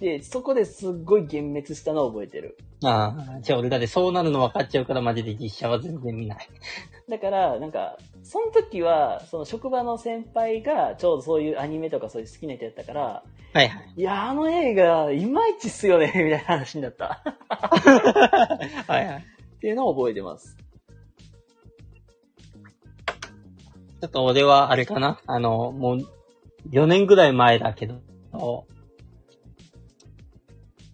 で、そこですっごい幻滅したのを覚えてる。
ああ、じゃあ俺だってそうなるの分かっちゃうからマジで実写は全然見ない。
だから、なんか、その時は、その職場の先輩が、ちょうどそういうアニメとかそういう好きな人やったから、
はいはい。
いや、あの映画、いまいちっすよね、みたいな話になった。っ
はいはい。
ていうのを覚えてます。
ちょっと俺はあれかなあの、もう、4年ぐらい前だけど、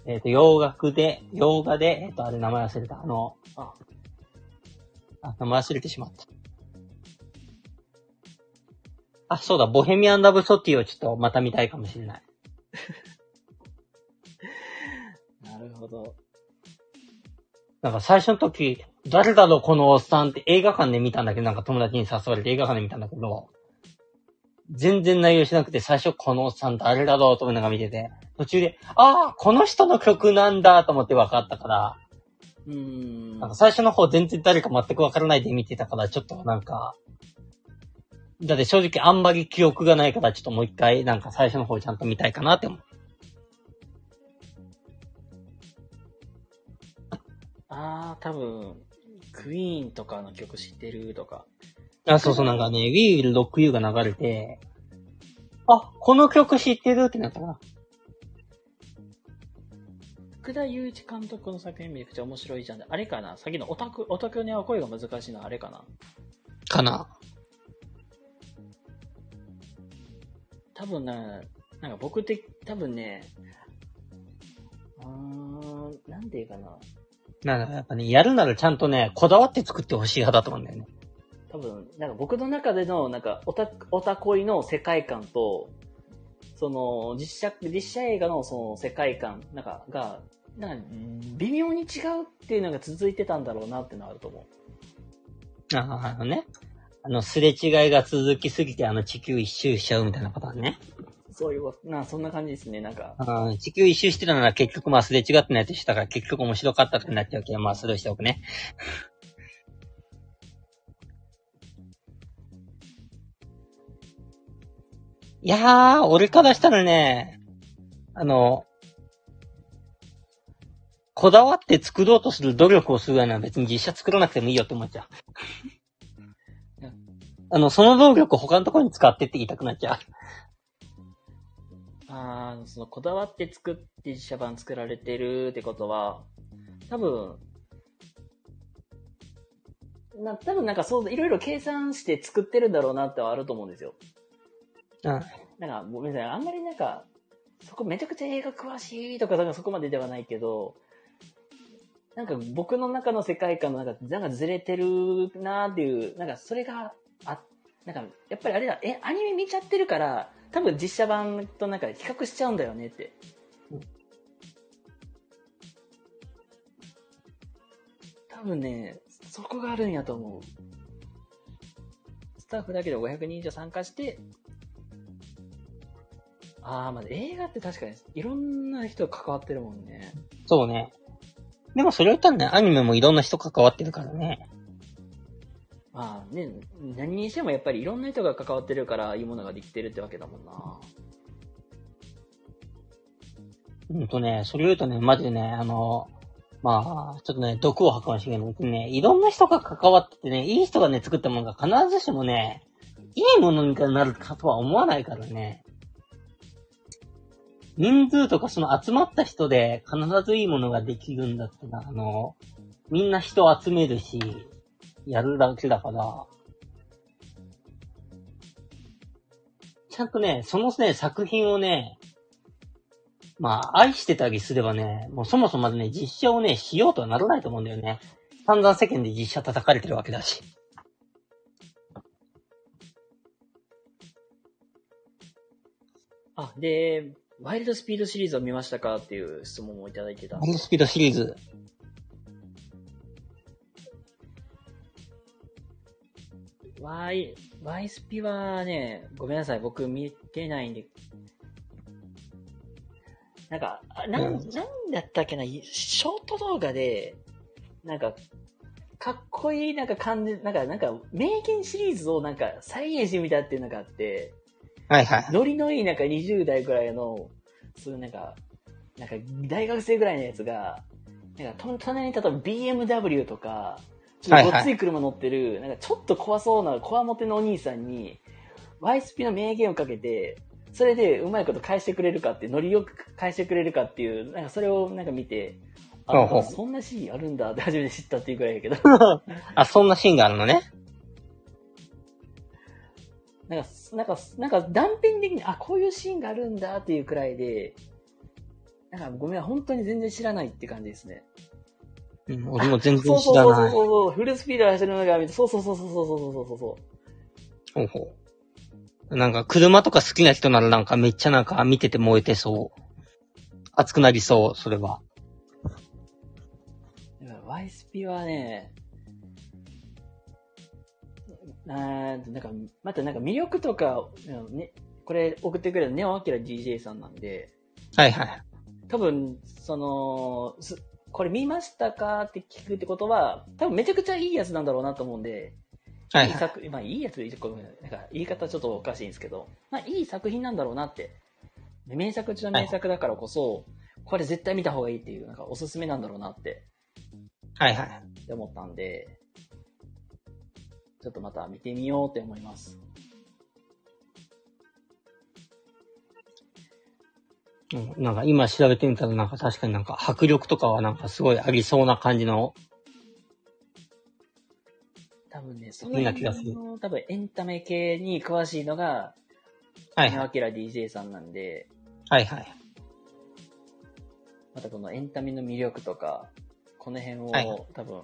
えっ、と、洋楽で、洋画で、えっ、と、あれ名前忘れた。あの、
あ
あ、名前忘れてしまった。あ、そうだ、ボヘミアン・ラブソティをちょっとまた見たいかもしれない。
なるほど。
なんか最初の時、誰だろうこのおっさんって映画館で見たんだけど、なんか友達に誘われて映画館で見たんだけど、全然内容しなくて最初このおっさん誰だろうと思いながら見てて、途中で、ああ、この人の曲なんだと思って分かったから、
うーん。
なんか最初の方全然誰か全く分からないで見てたから、ちょっとなんか、だって正直あんまり記憶がないから、ちょっともう一回なんか最初の方ちゃんと見たいかなって思う。
あー、多分、クイーンとかの曲知ってるとか。
あ、そうそう、なんかね、We Will Rock You が流れて、あ、この曲知ってるってなったから。
福田雄一監督の作品めちゃくちゃ面白いじゃん。あれかなさっきのオタク、オタクには声が難しいのはあれかな
かな。
多分な、なんか僕的、多分ね、うーん、なんていうかな。
なんかやっぱね、やるならちゃんとね、こだわって作ってほしい派だと思うんだよね。
多分、なんか僕の中での、なんか、オタ、オタ恋の世界観と、その、実写、実写映画のその世界観、なんか、が、なんか、微妙に違うっていうのが続いてたんだろうなってのはあると思
ああ、あのね。あの、すれ違いが続きすぎて、あの、地球一周しちゃうみたいなパターンね。
う。そういうわ、な、そんな感じですね、なんか。
あー地球一周してたなら結局まあすれ違ってないとしたから結局面白かったってなっちゃうけど、まあスルーしておくね。 *laughs* いやー、俺からしたらね、あの、こだわって作ろうとする努力をするぐらいなら別に実写作らなくてもいいよって思っちゃう。あの、その労力を他のところに使ってって言いたくなっちゃう。
ああ、その、こだわって作って実写版作られてるってことは、多分、な、多分なんかそう、いろいろ計算して作ってるんだろうなってはあると思うんですよ。
うん。
なんか、ごめんなさい、あんまりなんか、そこめちゃくちゃ映画詳しいとか、なんかそこまでではないけど、なんか僕の中の世界観のなんか、なんかずれてるなーっていう、なんかそれが、あ、なんか、やっぱりあれだ、え、アニメ見ちゃってるから、多分実写版となんか比較しちゃうんだよねって。多分ね、そこがあるんやと思う。スタッフだけで500人以上参加して、ああ、まあ、映画って確かにいろんな人が関わってるもんね。
そうね。でもそれを言ったらね、アニメもいろんな人関わってるからね。
ままあね、何にしてもやっぱりいろんな人が関わってるからいいものができてるってわけだもんな。
うんとね、それを言うとね、マジでね、あの、まあ、ちょっとね、毒を吐くかもしれないけどね、いろんな人が関わっててね、いい人がね、作ったものが必ずしもね、いいものになるかとは思わないからね。人数とかその集まった人で必ずいいものができるんだってな、あの、みんな人を集めるし、やるだけだから、ちゃんとね、そのね、作品をね、まあ、愛してたりすればね、もうそもそもまずね、実写をね、しようとはならないと思うんだよね。散々世間で実写叩かれてるわけだし。
あ、で、ワイルドスピードシリーズを見ましたかっていう質問もいただいてた
ハ。イスピードシリーズ。
ワイ、ワイスピはね、ごめんなさい、僕見てないんで。なんか、あなん、
う
な
ん
んだったっけな、ショート動画で、なんか、かっこいい、なんか感じ、なんか、なんか、名言シリーズをなんか再現してみたっていうのがあって、
はいはい。
ノリのいいなんか20代ぐらいの、そういうなんか、なんか大学生ぐらいのやつが、なんかと隣に例えば BMW とか、ちょっとごっつい車乗ってる、なんかちょっと怖そうなこわもてのお兄さんに、ワイスピの名言をかけて、それでうまいこと返してくれるかって、ノリよく返してくれるかっていう、なんかそれをなんか見て、
ほうほ
あ、
う
そんなシーンあるんだって初めて知ったっていうぐらいやけど、
あ、そんなシーンがあるのね。
なんか、なんか、なんか断片的に、あ、こういうシーンがあるんだっていうくらいで、なんかごめん、本当に全然知らないって感じですね。
うん、俺も全然
そう
知
そう
ら
そうそ
な
う
い。
そうそう、フルスピードで走るのが見て、そうそうそうそうそうそうそうそうそう。
ほうほう。なんか、車とか好きな人ならなんかめっちゃなんか見てて燃えてそう。熱くなりそう、それは。
だからワイスピはね、なんなんか、またなんか魅力とか、うんね、これ送ってくれたネオアキラ DJ さんなんで、
はいはい。
多分、その、すこれ見ましたかって聞くってことは、多分めちゃくちゃいいやつなんだろうなと思うんで、
は
い
いい
い
はい。
作、まあいいやつ、ごめんなんか言い方ちょっとおかしいんですけど、まあいい作品なんだろうなって。名作中の名作だからこそ、これ絶対見た方がいいっていう、なんかおすすめなんだろうなって
はいはい。
思ったんで、ちょっとまた見てみようって思います。
うん、なんか今調べてみたらなんか確かになんか迫力とかはなんかすごいありそうな感じの。
多分ね、そ
いいな気がする
の、多分エンタメ系に詳しいのが、
はい
宮
はい。
脇ら DJ さんなんで、
はいはい。
またこのエンタメの魅力とか、この辺
はい
を多分、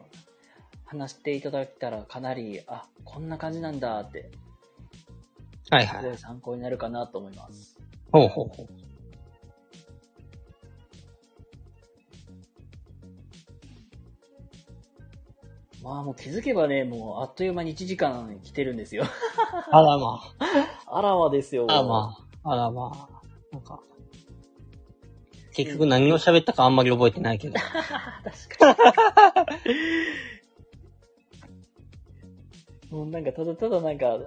話していただいたらかなり、あ、こんな感じなんだって、
はいは
す
い
ご。い参考になるかなと思います。
ほうほうほう。
まあもう気づけばね、もうあっという間に1時間来てるんですよ。 *laughs*
あらま
あらわですよ。
あ。あら *laughs* まあ。あらまあ。なんか。結局何を喋ったかあんまり覚えてないけ
*laughs*
ど。
あ。確かに。 *laughs* もうなんかただただなんか、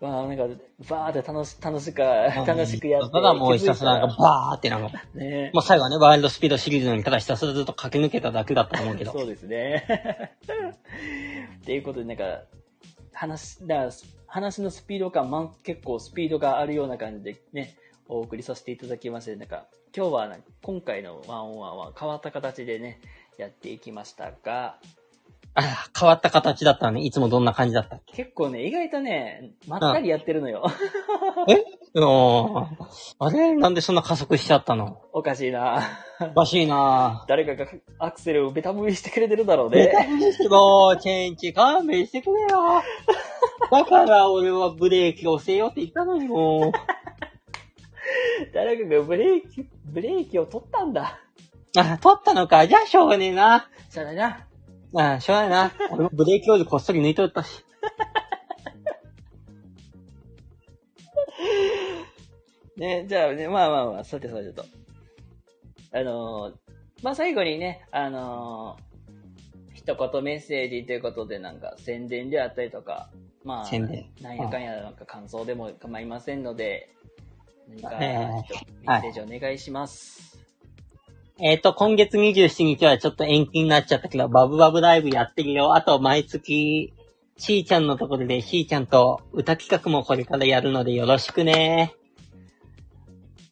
まあなんか、バーって楽し、楽しく、楽しくやって。
ただもうひたすらなんか
気づい
バーってなんか、
たらね
もう最後はね、ワイルドスピードシリーズのにただひたすらずっと駆け抜けただけだったと思うけど。
そうですね。 *laughs* っていうことで、なんか、話、だから話のスピード感、まん結構スピードがあるような感じでね、お送りさせていただきまして、なんか、今日はな、今回のワンオンワンは変わった形でね、やっていきましたが、
あら、変わった形だったのね。いつもどんな感じだったっけ
結構ね、意外とね、まったりやってるのよ。
うーんあれなんでそんな加速しちゃっ
*laughs*
たの
おかしいな。
おかしいなぁ。
誰かがアクセルをベタ踏みしてくれてるだろう
え
ね。
もう、チェンジ勘弁してくれ
*laughs*
よ。だから俺はブレーキ押せよって言ったのにもう。
誰かがブレーキ、ブレーキを取ったんだ。
あ、取ったのか。じゃあ、しょうがねえな。
じゃあな。
あ、しょうが *laughs* ないな。俺もブレーキオイルこっそり抜いとったし。
ね、じゃあね、まあまあまあ、さてさてと。あのーまあ最後にね、あのーひ一言メッセージということで、なんか宣伝であったりとか、まあ、
宣伝
なんやかんやなんか感想でも構いませんので、何か
はいはいはい
一言メッセージお願いします。
えっ、と、今月27日はちょっと延期になっちゃったけど、バブバブライブやってるよ。あと、毎月、しーちゃんのところで、しーちゃんと歌企画もこれからやるのでよろしくね。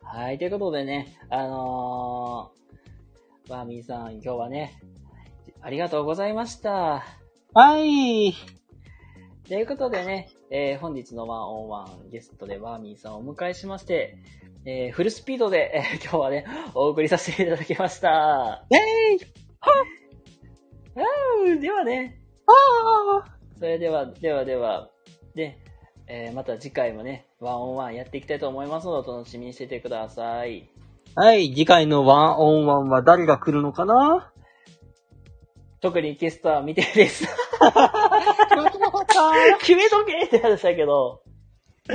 はい、ということでね、あのー、バーミーさん、今日はね、ありがとうございました。
はい。
ということでね、えー本日のワンオンワンゲストでバーミーさんをお迎えしまして、えーフルスピードで、えー今 *laughs* 日はね、お送りさせていただきました。
えい
うんではね、
あー
それでは、ではでは、で、えーまた次回もね、ワンオンワンやっていきたいと思いますので、お楽しみにしていてください。
はい、次回のワンオンワンは誰が来るのか *laughs* な
特にゲストは未定です。
も
決めとけって話だけど、
う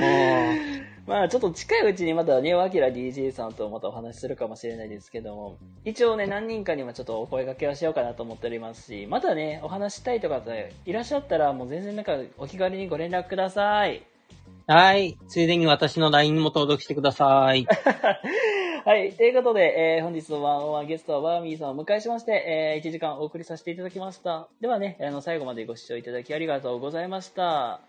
まあちょっと近いうちにまたネオアキラ DJ さんとまたお話しするかもしれないですけども、一応ね、何人かにはちょっとお声掛けはしようかなと思っておりますし、またね、お話したいとかっていらっしゃったら、もう全然なんかお気軽にご連絡ください。
はい、ついでに私の LINE にも登録してください。
はい。ということで、えー本日のワンオンワンゲストはバーミーさんをお迎えしまして、えー1時間お送りさせていただきました。ではね、あの、最後までご視聴いただきありがとうございました。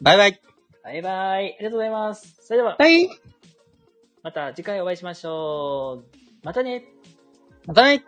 バイバイ。
バイバイ。ありがとうございます。それでは、
はい、
また次回お会いしましょう。またね。
またね。